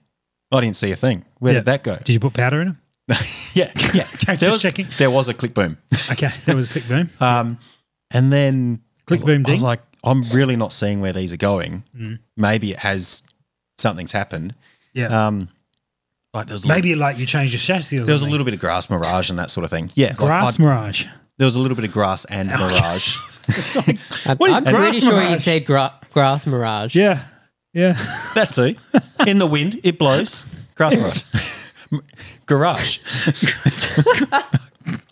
Speaker 3: I didn't see a thing. Where
Speaker 2: Yeah.
Speaker 3: did that go?
Speaker 2: Did you put powder in it?
Speaker 3: yeah, yeah.
Speaker 2: just
Speaker 3: there, was,
Speaker 2: checking.
Speaker 3: there was a click boom.
Speaker 2: Okay, that was click boom.
Speaker 3: Um, and then
Speaker 2: Click
Speaker 3: I was-
Speaker 2: boom
Speaker 3: I was
Speaker 2: ding. Mm.
Speaker 3: like, I'm really not seeing where these are going. Maybe it has something's happened.
Speaker 2: Yeah.
Speaker 3: Um, like there was a little,
Speaker 2: Maybe like you changed your chassis or
Speaker 3: there was a
Speaker 2: something.
Speaker 3: little bit of grass mirage and that sort of thing. Yeah, like,
Speaker 2: grass
Speaker 3: I-
Speaker 2: mirage.
Speaker 3: there was a little bit of grass and mirage.
Speaker 4: I'm,
Speaker 2: What is
Speaker 4: I'm
Speaker 2: grass
Speaker 4: pretty sure you
Speaker 2: mirage?
Speaker 4: said gra- grass mirage.
Speaker 2: Yeah. Yeah.
Speaker 3: That too. In the wind, it blows. Grass mirage. Garage.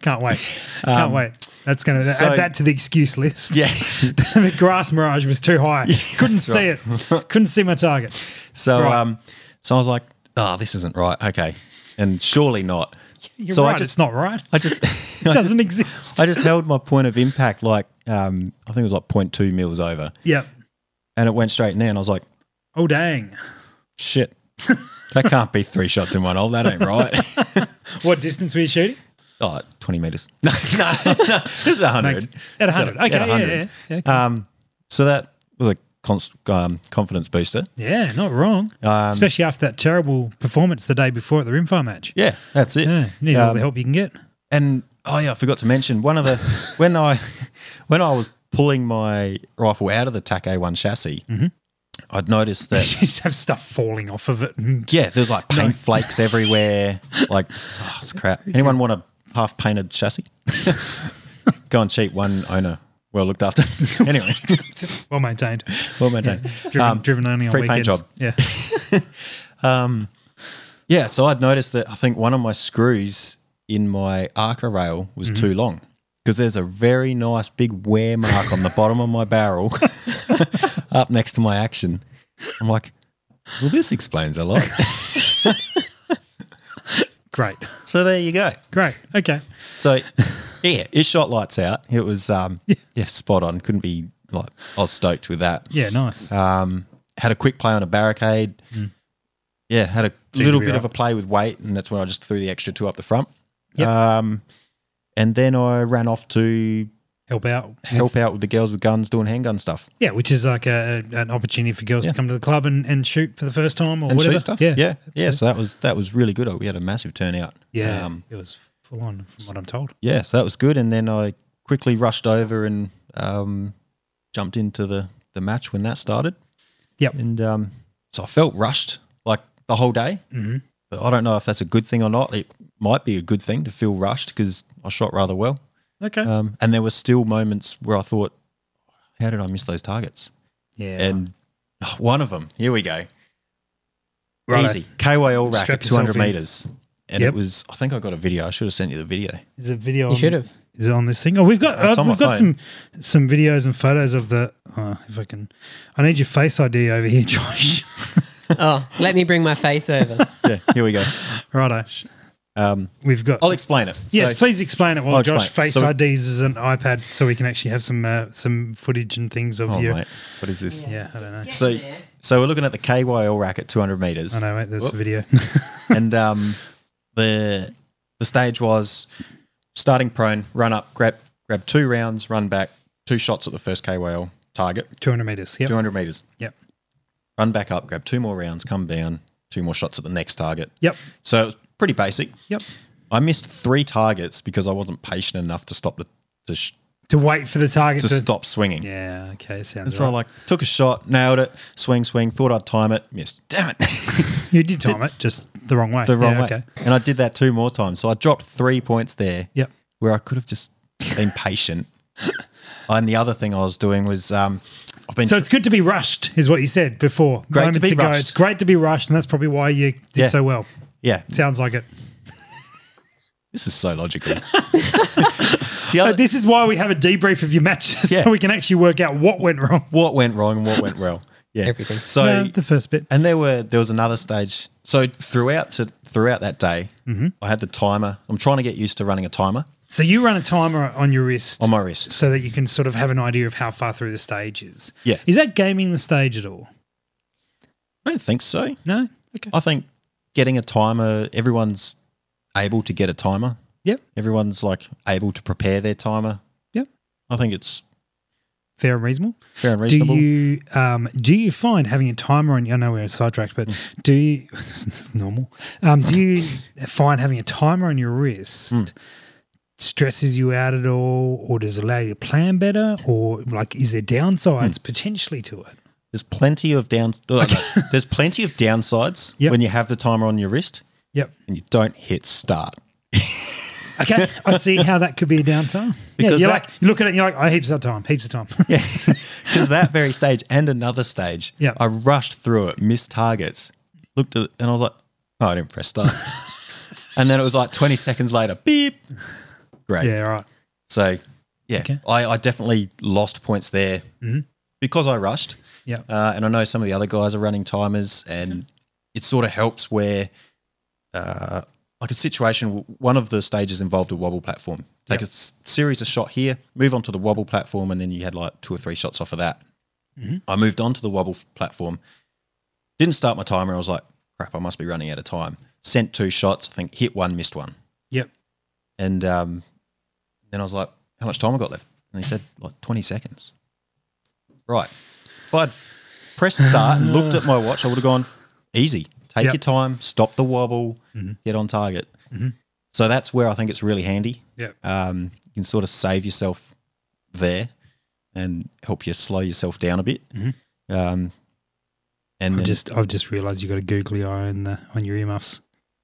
Speaker 2: Can't wait. Can't wait. That's going to
Speaker 3: Um, so-
Speaker 2: add that to the excuse list.
Speaker 3: Yeah.
Speaker 2: the grass mirage was too high. Couldn't see it. Couldn't see my target.
Speaker 3: So
Speaker 2: Right.
Speaker 3: um so I was like, oh, this isn't right. Okay. And surely not.
Speaker 2: You're
Speaker 3: so
Speaker 2: right.
Speaker 3: I
Speaker 2: it's
Speaker 3: just
Speaker 2: not right.
Speaker 3: I just
Speaker 2: It
Speaker 3: I just,
Speaker 2: doesn't exist.
Speaker 3: I just held my point of impact like um I think it was like 0.2 mils over.
Speaker 2: Yeah.
Speaker 3: And it went straight in there and I was like,
Speaker 2: Oh dang.
Speaker 3: shit. That can't be three shots in one hole. That ain't right.
Speaker 2: What distance were you shooting?
Speaker 3: oh, 20 meters. No, no, no. This is 100.
Speaker 2: Makes- At 100. Okay.
Speaker 3: At 100.
Speaker 2: Yeah, yeah, yeah. Okay.
Speaker 3: Um, so that was a const- um, confidence booster.
Speaker 2: Yeah, not wrong.
Speaker 3: Um,
Speaker 2: Especially after that terrible performance the day before at the rimfire match.
Speaker 3: Yeah, that's it.
Speaker 2: Yeah, you need all
Speaker 3: Um,
Speaker 2: the help you can get.
Speaker 3: And oh yeah, I forgot to mention one of the when I when I was pulling my rifle out of the TAC A1 chassis,
Speaker 2: Mm-hmm.
Speaker 3: I'd noticed
Speaker 2: You
Speaker 3: that
Speaker 2: just have stuff falling off of it. And
Speaker 3: yeah, there's like paint flakes everywhere. Like, oh, it's crap. Anyone want a half painted chassis? Go and cheat one owner. Well looked after. anyway,
Speaker 2: well maintained.
Speaker 3: well maintained. Um,
Speaker 2: Driven, driven only on
Speaker 3: free paint
Speaker 2: weekends.
Speaker 3: job.
Speaker 2: Yeah.
Speaker 3: Yeah, so I'd noticed that I think one of my screws in my Arca rail was too long because there's a very nice big wear mark on the bottom of my barrel up next to my action. I'm like, well, this explains a lot.
Speaker 2: Great.
Speaker 3: so there you go.
Speaker 2: Great. Okay.
Speaker 3: So yeah, it shot lights out. It was um, yeah, spot on. Couldn't be like I was stoked with that.
Speaker 2: Yeah, nice.
Speaker 3: Um, had a quick play on a barricade. Yeah, had Mm. a little
Speaker 2: be
Speaker 3: bit of a
Speaker 2: right.
Speaker 3: play with weight, and that's when I just threw the extra two up the front.
Speaker 2: Yep.
Speaker 3: Um, and then I ran off to
Speaker 2: Help out.
Speaker 3: help out with the girls with guns doing handgun stuff
Speaker 2: Yeah, which is like a, a- an opportunity for girls
Speaker 3: Yeah.
Speaker 2: to come to the club and, and shoot for the first time or
Speaker 3: and
Speaker 2: whatever.
Speaker 3: shoot stuff.
Speaker 2: Yeah.
Speaker 3: yeah, yeah.
Speaker 2: absolutely.
Speaker 3: So that was that was really good. We had a massive turnout.
Speaker 2: Yeah.
Speaker 3: um,
Speaker 2: it was full on from what I'm told.
Speaker 3: yeah. So that was good. And then I quickly rushed over and um, jumped into the the match when that started.
Speaker 2: Yep.
Speaker 3: And um, so I felt rushed like the whole day.
Speaker 2: hmm
Speaker 3: But I don't know if that's a good thing or not. It might be a good thing to feel rushed because I shot rather well.
Speaker 2: Okay.
Speaker 3: Um, and there were still moments where I thought, how did I miss those targets?
Speaker 2: yeah.
Speaker 3: And oh, one of them, here we go.
Speaker 2: Righto.
Speaker 3: Easy. KYL rack
Speaker 2: Strap
Speaker 3: at 200
Speaker 2: yourself in.
Speaker 3: meters. And
Speaker 2: Yep.
Speaker 3: it was, I think I got a video. I should have sent you the video.
Speaker 2: Is a video?
Speaker 4: You
Speaker 2: on-
Speaker 4: should have.
Speaker 2: Is it on this thing? Oh, we've got
Speaker 3: It's
Speaker 2: uh,
Speaker 3: on my
Speaker 2: we've got
Speaker 3: phone.
Speaker 2: some some videos and photos of the. Oh, if I can, I need your face ID over here, Josh.
Speaker 4: oh, let me bring my face over.
Speaker 3: yeah, here we go.
Speaker 2: Righto.
Speaker 3: Um,
Speaker 2: We've got.
Speaker 3: I'll explain it.
Speaker 2: yes,
Speaker 3: So-
Speaker 2: please explain it while
Speaker 3: I'll
Speaker 2: Josh
Speaker 3: explain.
Speaker 2: face
Speaker 3: So-
Speaker 2: IDs as an iPad, so we can actually have some uh, some footage and things of
Speaker 3: Oh,
Speaker 2: you.
Speaker 3: mate, what is this?
Speaker 2: Yeah, I don't know.
Speaker 3: So, so we're looking at the KYL rack at 200 meters.
Speaker 2: I know, mate. That's
Speaker 3: Whoop.
Speaker 2: a video.
Speaker 3: and um, the the stage was starting prone, run up, grab grab two rounds, run back, two shots at the first KYL target,
Speaker 2: 200 meters. Yep.
Speaker 3: 200 meters.
Speaker 2: Yep.
Speaker 3: Run back up, grab two more rounds, come down, two more shots at the next target.
Speaker 2: Yep.
Speaker 3: So it was pretty basic.
Speaker 2: Yep.
Speaker 3: I missed three targets because I wasn't patient enough to stop the to, sh-
Speaker 2: To wait for the target
Speaker 3: to
Speaker 2: to.
Speaker 3: stop swinging.
Speaker 2: Yeah. Okay. Sounds
Speaker 3: And so I
Speaker 2: right.
Speaker 3: like took a shot, nailed it, swing, swing, thought I'd time it, missed. Damn it.
Speaker 2: you did time it, just the wrong way.
Speaker 3: the wrong
Speaker 2: yeah,
Speaker 3: way.
Speaker 2: Okay.
Speaker 3: And I did that two more times. So I dropped three points there
Speaker 2: Yep.
Speaker 3: where I could have just been patient. and the other thing I was doing was um, I've been
Speaker 2: So it's good to be rushed, is what you said before.
Speaker 3: Great to be rushed.
Speaker 2: It's great to be rushed, and that's probably why you did
Speaker 3: Yeah.
Speaker 2: so well.
Speaker 3: yeah.
Speaker 2: Sounds like it.
Speaker 3: This is so logical. the
Speaker 2: Uh,
Speaker 3: other,
Speaker 2: this is why we have a debrief of your matches,
Speaker 3: Yeah.
Speaker 2: so we can actually work out what went wrong.
Speaker 3: what went wrong and what went well. Yeah,
Speaker 4: Everything.
Speaker 3: So
Speaker 2: No, the first bit.
Speaker 3: and there were there was another stage. So throughout to throughout that day,
Speaker 2: Mm-hmm.
Speaker 3: I had the timer. I'm trying to get used to running a timer
Speaker 2: So you run a timer on your wrist,
Speaker 3: on my wrist.
Speaker 2: so that you can sort of have an idea of how far through the stage is.
Speaker 3: Yeah.
Speaker 2: Is that gaming the stage at all?
Speaker 3: I don't think so.
Speaker 2: No. Okay.
Speaker 3: I think getting a timer, everyone's able to get a timer.
Speaker 2: Yep.
Speaker 3: Everyone's like able to prepare their timer.
Speaker 2: Yep.
Speaker 3: I think it's
Speaker 2: Fair and reasonable.
Speaker 3: fair and
Speaker 2: Do
Speaker 3: reasonable.
Speaker 2: you um, do you find having a timer on? I know we're sidetracked, but do you? This is normal. Um, do you find having a timer on your wrist
Speaker 3: Hmm.
Speaker 2: stresses you out at all, or does it allow you to plan better, or like is there downsides
Speaker 3: Hmm.
Speaker 2: potentially to it?
Speaker 3: there's plenty of down. oh, no. there's plenty of downsides
Speaker 2: Yep.
Speaker 3: when you have the timer on your wrist
Speaker 2: Yep.
Speaker 3: and you don't hit start.
Speaker 2: Okay, I see how that could be a downside. yeah,
Speaker 3: Because
Speaker 2: you're
Speaker 3: that-
Speaker 2: like you look at it, and you're like, I heaps of time, heaps of time.
Speaker 3: Because that very stage and another stage,
Speaker 2: Yep.
Speaker 3: I rushed through it, missed targets, looked at it, and I was like, oh, I didn't press start. and then it was like 20 seconds later, beep. Great.
Speaker 2: yeah, all right.
Speaker 3: So, yeah,
Speaker 2: Okay.
Speaker 3: I, I definitely lost points there because I rushed.
Speaker 2: Yeah.
Speaker 3: Uh, and I know some of the other guys are running timers, and it sort of helps where, uh, like a situation, w- one of the stages involved a wobble platform. Take a s- series of shot here, move on to the wobble platform, and then you had like two or three shots off of that. I moved on to the wobble f- platform, didn't start my timer. I was like, crap, I must be running out of time. Sent two shots, I think hit one, missed one.
Speaker 2: Yep.
Speaker 3: And um, then I was like, how much time I got left? And he said, like 20 seconds. Right. If I'd pressed start and looked at my watch, I would have gone, easy. Take
Speaker 2: Yep. Mm-hmm.
Speaker 3: your time, stop the wobble, get on target. So that's where I think it's really handy.
Speaker 2: Yep.
Speaker 3: Um, you can sort of save yourself there and help you slow yourself down a bit.
Speaker 2: Mm-hmm.
Speaker 3: Um, and
Speaker 2: I've
Speaker 3: then,
Speaker 2: just I've just realised you got a googly eye on the on your earmuffs.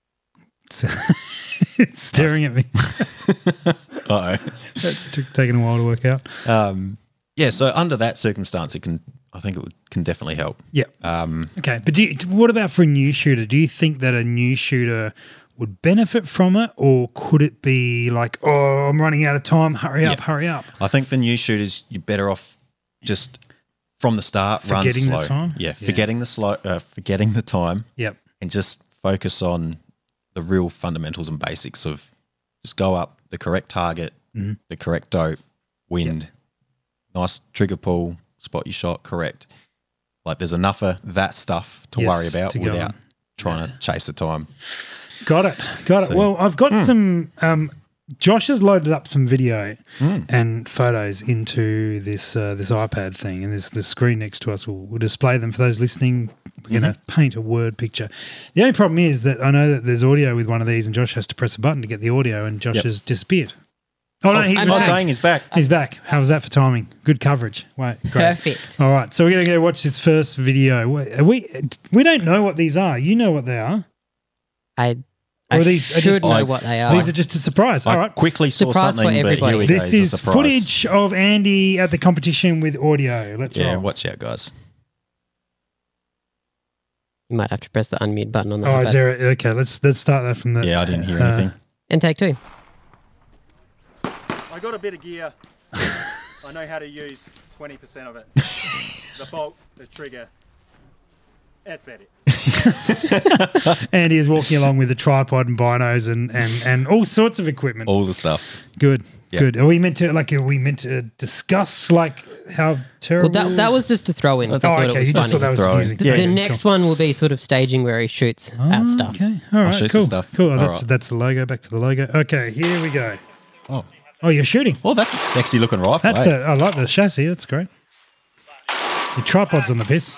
Speaker 2: So it's staring at me.
Speaker 3: uh-oh.
Speaker 2: That's took taken a while to work out.
Speaker 3: um, yeah, so under that circumstance, it can, I think it would, can definitely help.
Speaker 2: Yeah.
Speaker 3: Um,
Speaker 2: Okay. But do you, what about for a new shooter? Do you think that a new shooter would benefit from it, or could it be like, oh, I'm running out of time. Hurry up!
Speaker 3: Yeah.
Speaker 2: Hurry up!
Speaker 3: I think for new shooters, you're better off just from the start run
Speaker 2: Forgetting
Speaker 3: slow.
Speaker 2: the time?
Speaker 3: Yeah,
Speaker 2: Yeah.
Speaker 3: forgetting the slow, uh, forgetting the time,
Speaker 2: Yep.
Speaker 3: and just focus on the real fundamentals and basics of just go up the correct target,
Speaker 2: Mm-hmm.
Speaker 3: the correct dope, wind, nice trigger pull, spot your shot correct. Like there's enough of that stuff to
Speaker 2: Yes,
Speaker 3: worry about
Speaker 2: to go
Speaker 3: without
Speaker 2: on.
Speaker 3: trying to chase the time.
Speaker 2: Got it. Got it. Well, I've got some. Um, Josh has loaded up some video and photos into this uh, this iPad thing, and this the screen next to us will, will display them for those listening. We're going to paint a word picture. The only problem is that I know that there's audio with one of these, and Josh has to press a button to get the audio, and Josh
Speaker 3: Yep.
Speaker 2: has disappeared. Oh no, he's
Speaker 4: I'm
Speaker 3: Oh,
Speaker 4: back.
Speaker 2: back.
Speaker 3: dang, he's back.
Speaker 2: He's back. How was that for timing? Good coverage. Wait, great.
Speaker 4: Perfect.
Speaker 2: All right, so we're going to go watch this first video. Wait, are We we don't know what these are. You know what they are.
Speaker 4: I, I
Speaker 2: Or these- I
Speaker 4: should
Speaker 2: just-
Speaker 4: know
Speaker 3: I-
Speaker 4: what they are.
Speaker 2: These are just a surprise.
Speaker 3: I
Speaker 2: All right.
Speaker 3: quickly saw
Speaker 4: Surprise for
Speaker 3: something, but here
Speaker 4: everybody.
Speaker 3: we go.
Speaker 2: This
Speaker 3: it's a
Speaker 2: is
Speaker 3: surprise.
Speaker 2: footage of Andy at the competition with audio. Let's
Speaker 3: Yeah,
Speaker 2: roll.
Speaker 3: watch out, guys.
Speaker 4: you might have to press the unmute button on the
Speaker 2: Oh,
Speaker 4: iPad.
Speaker 2: is there? A, okay, let's let's start that from the.
Speaker 3: Yeah, I didn't hear
Speaker 2: uh,
Speaker 3: anything.
Speaker 4: And take two.
Speaker 5: I got a bit of gear. I know how to use 20% of it. the bolt, the trigger. That's about it.
Speaker 2: and he is walking along with a tripod and binos and, and, and all sorts of equipment.
Speaker 3: All the stuff.
Speaker 2: Good,
Speaker 3: Oh, Yeah.
Speaker 2: good. Are we meant to like? Are we meant to discuss like how
Speaker 4: Well,
Speaker 2: terrible?
Speaker 4: that, that was just to throw in. 'cause
Speaker 2: Oh,
Speaker 4: I thought
Speaker 2: okay.
Speaker 4: it was
Speaker 2: You just
Speaker 4: funny.
Speaker 2: thought that was
Speaker 3: Throwing.
Speaker 2: amusing.
Speaker 4: the,
Speaker 3: Yeah,
Speaker 4: the
Speaker 3: yeah,
Speaker 4: next one will be sort of staging where he shoots at stuff.
Speaker 2: Oh, Okay. All right.
Speaker 3: shoot some
Speaker 2: cool.
Speaker 3: stuff.
Speaker 2: Cool.
Speaker 3: All
Speaker 2: That's
Speaker 3: right.
Speaker 2: that's the logo. Back to the logo. Okay. Here we go.
Speaker 3: Oh.
Speaker 2: Oh, you're shooting.
Speaker 3: Well, that's a sexy looking rifle.
Speaker 2: That's
Speaker 3: eh?
Speaker 2: a, I like the chassis. That's great. Your tripod's on the piss.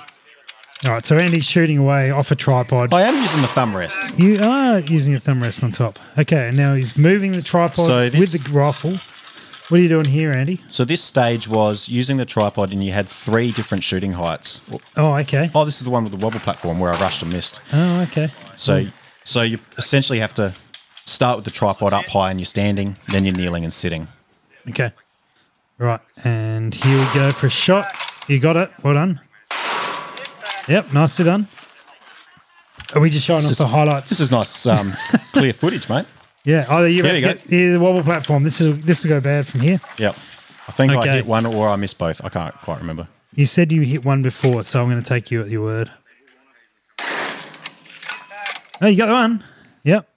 Speaker 2: All right. So Andy's shooting away off a tripod.
Speaker 3: I am using the thumb rest.
Speaker 2: You are using a thumb rest on top. Okay. and Now he's moving the tripod
Speaker 3: So this-
Speaker 2: with the rifle. What are you doing here, Andy?
Speaker 3: So this stage was using the tripod, and you had three different shooting heights.
Speaker 2: Oh, okay.
Speaker 3: Oh, this is the one with the wobble platform where I rushed and missed.
Speaker 2: Oh, okay.
Speaker 3: So, so you essentially have to start with the tripod up high, and you're standing, then you're kneeling and sitting.
Speaker 2: Okay. Right, and here we go for a shot. You got it. Well done. Yep, nicely done. Are we just showing off
Speaker 3: is-
Speaker 2: the highlights?
Speaker 3: This is nice, um, clear footage, mate.
Speaker 2: yeah. Oh, you're
Speaker 3: There
Speaker 2: about to
Speaker 3: you go.
Speaker 2: get yeah, the wobble platform. This is this will go bad from here.
Speaker 3: Yep. I think
Speaker 2: Okay.
Speaker 3: I hit one or I missed both. I can't quite remember.
Speaker 2: You said you hit one before, so I'm going to take you at your word. Oh, you got one. Yep.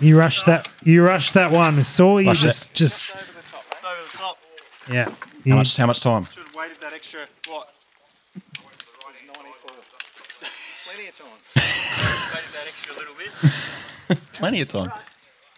Speaker 2: You rushed that. You rushed that one. Saw you
Speaker 3: Rushed it.
Speaker 2: just just
Speaker 5: over the top. Just over the top.
Speaker 2: yeah.
Speaker 3: How
Speaker 2: You-
Speaker 3: much? How much time?
Speaker 5: Should have waited that extra, what? 94. Plenty of time. waited that extra little bit.
Speaker 3: Plenty of time.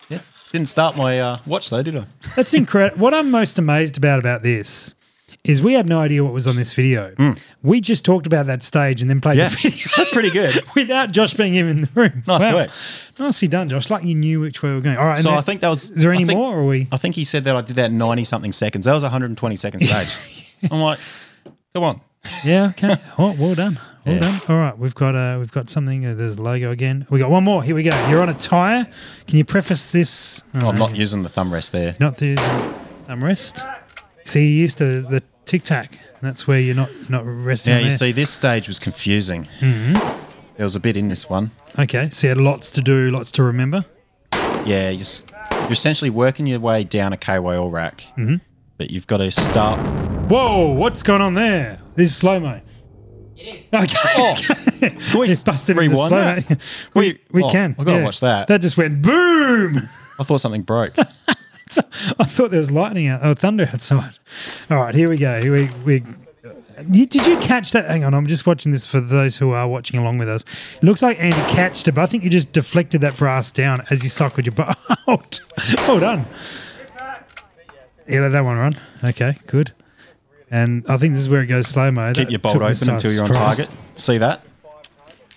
Speaker 3: Yeah. Didn't start my uh, watch though, did I?
Speaker 2: That's incredible. what I'm most amazed about about this is we had no idea what was on this video. We just talked about that stage and then played
Speaker 3: Hmm. Yeah.
Speaker 2: the video
Speaker 3: That's pretty good.
Speaker 2: without Josh being even in the room.
Speaker 3: Nice work.
Speaker 2: Nicely done, Josh. Like you knew which way we were going. All right. and
Speaker 3: So I
Speaker 2: that-
Speaker 3: think that was.
Speaker 2: Is there
Speaker 3: I
Speaker 2: any
Speaker 3: think-
Speaker 2: more? Or are we?
Speaker 3: I think he said that I did that in 90 something seconds. That was 120 second stage. I'm like, come on.
Speaker 2: Yeah. Okay. Oh, well done. Well
Speaker 3: Yeah.
Speaker 2: done. All right. We've got uh, we've got something. Uh, there's the logo again. We got one more. Here we go. You're on a tire. Can you preface this? Oh,
Speaker 3: I'm
Speaker 2: no,
Speaker 3: not using the thumb rest there.
Speaker 2: Not the thumb rest. See, you used to the tic tac. That's where you're not not resting.
Speaker 3: Now,
Speaker 2: on
Speaker 3: you
Speaker 2: there.
Speaker 3: see, this stage was confusing.
Speaker 2: Mm-hmm.
Speaker 3: There was a bit in this one.
Speaker 2: Okay, so you had lots to do, lots to remember.
Speaker 3: Yeah, you s- you're essentially working your way down a KYL rack,
Speaker 2: Mm-hmm.
Speaker 3: but you've got to start.
Speaker 2: Whoa, what's going on there? This is slow mo. It is. Okay.
Speaker 3: Oh, can we
Speaker 2: It's busted into
Speaker 3: rewind
Speaker 2: slow-mo.
Speaker 3: that?
Speaker 2: We, we
Speaker 3: oh,
Speaker 2: can.
Speaker 3: I've got to
Speaker 2: yeah.
Speaker 3: watch that.
Speaker 2: That just went boom.
Speaker 3: I thought something broke.
Speaker 2: So, I thought there was lightning out, oh, thunder outside. All right, here we go. Here we, we you, did you catch that? Hang on, I'm just watching this for those who are watching along with us. It looks like Andy catched it, but I think you just deflected that brass down as you cycled your boat. Hold on. Yeah, let that one run. Okay, good. And I think this is where it goes slow mo.
Speaker 3: Keep your bolt open until you're on target. See that?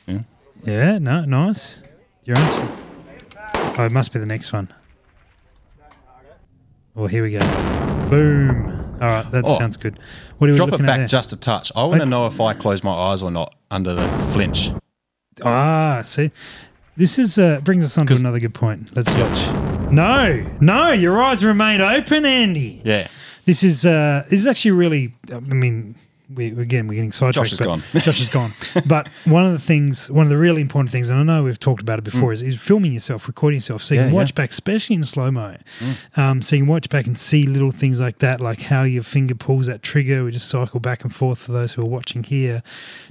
Speaker 2: Yeah, no, nice. You're on. To- oh, it must be the next one. Oh, here we go. Boom. All right, that
Speaker 3: Oh.
Speaker 2: sounds good. What are we
Speaker 3: Drop it
Speaker 2: looking
Speaker 3: back
Speaker 2: at there?
Speaker 3: just a touch. I want to know if I close my eyes or not under the flinch.
Speaker 2: ah, see, this is uh, brings us on to another good point. Let's watch. No, no, your eyes remain open, Andy.
Speaker 3: Yeah.
Speaker 2: This is uh, this is actually really. I mean, we again we're getting sidetracked.
Speaker 3: Josh is
Speaker 2: but-
Speaker 3: gone.
Speaker 2: Josh is gone. But one of the things, one of the really important things, and I know we've talked about it before, is, is filming yourself, recording yourself, so you
Speaker 3: Mm. Yeah, Mm.
Speaker 2: can watch
Speaker 3: yeah.
Speaker 2: back, especially in slow mo. Um, so you can watch back and see little things like that, like how your finger pulls that trigger. We just cycle back and forth for those who are watching here,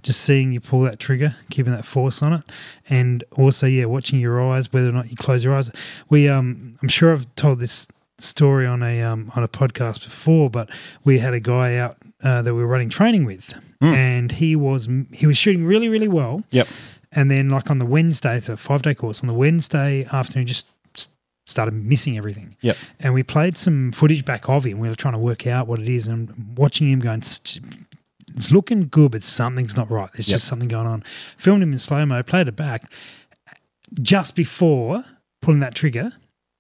Speaker 2: just seeing you pull that trigger, keeping that force on it, and also yeah, watching your eyes, whether or not you close your eyes. We, um, I'm sure I've told this story on a um, on a podcast before, but we had a guy out uh, that we were running training with, and he was he was shooting really really well.
Speaker 3: Yep.
Speaker 2: And then like on the Wednesday, it's a five day course. On the Wednesday afternoon, just s- started missing everything.
Speaker 3: Yep.
Speaker 2: And we played some footage back of him. We were trying to work out what it is, and I'm watching him going. "S- It's looking good, but something's not right. There's
Speaker 3: Yep.
Speaker 2: just something going on. Filmed him in slow mo, played it back. Just before pulling that trigger,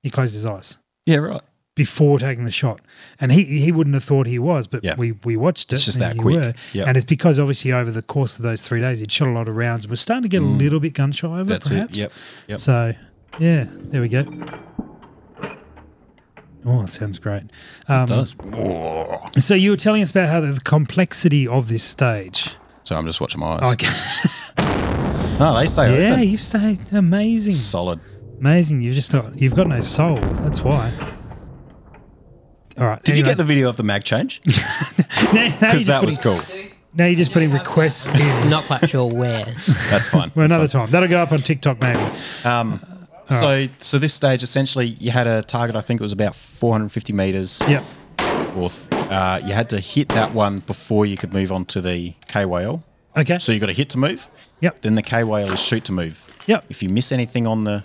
Speaker 2: he closed his eyes
Speaker 3: Yeah, right.
Speaker 2: before taking the shot. And he he wouldn't have thought he was, but
Speaker 3: Yeah.
Speaker 2: we, we watched it.
Speaker 3: It's just
Speaker 2: and
Speaker 3: that
Speaker 2: you
Speaker 3: quick.
Speaker 2: were.
Speaker 3: Yeah.
Speaker 2: And it's because obviously over the course of those three days he'd shot a lot of rounds and was starting to get a little bit gun shy over
Speaker 3: Mm. That's it.
Speaker 2: perhaps.
Speaker 3: Yep. Yep.
Speaker 2: So yeah, there we go. Oh, sounds great. Um,
Speaker 3: does.
Speaker 2: So you were telling us about how the, the complexity of this stage.
Speaker 3: So I'm just watching my eyes.
Speaker 2: Like,
Speaker 3: No, they stay
Speaker 2: yeah,
Speaker 3: open.
Speaker 2: you stayed amazing.
Speaker 3: Solid.
Speaker 2: Amazing. You've just got you've got no soul. That's why. All right.
Speaker 3: Did you get the video of the mag change?
Speaker 2: Because
Speaker 3: Because that was cool.
Speaker 2: Now you're just putting requests in.
Speaker 4: Not quite sure where.
Speaker 3: That's fine.
Speaker 2: Well,
Speaker 3: That's
Speaker 2: another
Speaker 3: fine.
Speaker 2: time. That'll go up on TikTok maybe.
Speaker 3: So, so this stage essentially, you had a target. I think it was about 450 meters.
Speaker 2: Yep.
Speaker 3: North. Uh, you had to hit that one before you could move on to the KYL.
Speaker 2: Okay.
Speaker 3: So you got a hit to move.
Speaker 2: Yep.
Speaker 3: Then the KYL is shoot to move.
Speaker 2: Yep.
Speaker 3: If you miss anything on the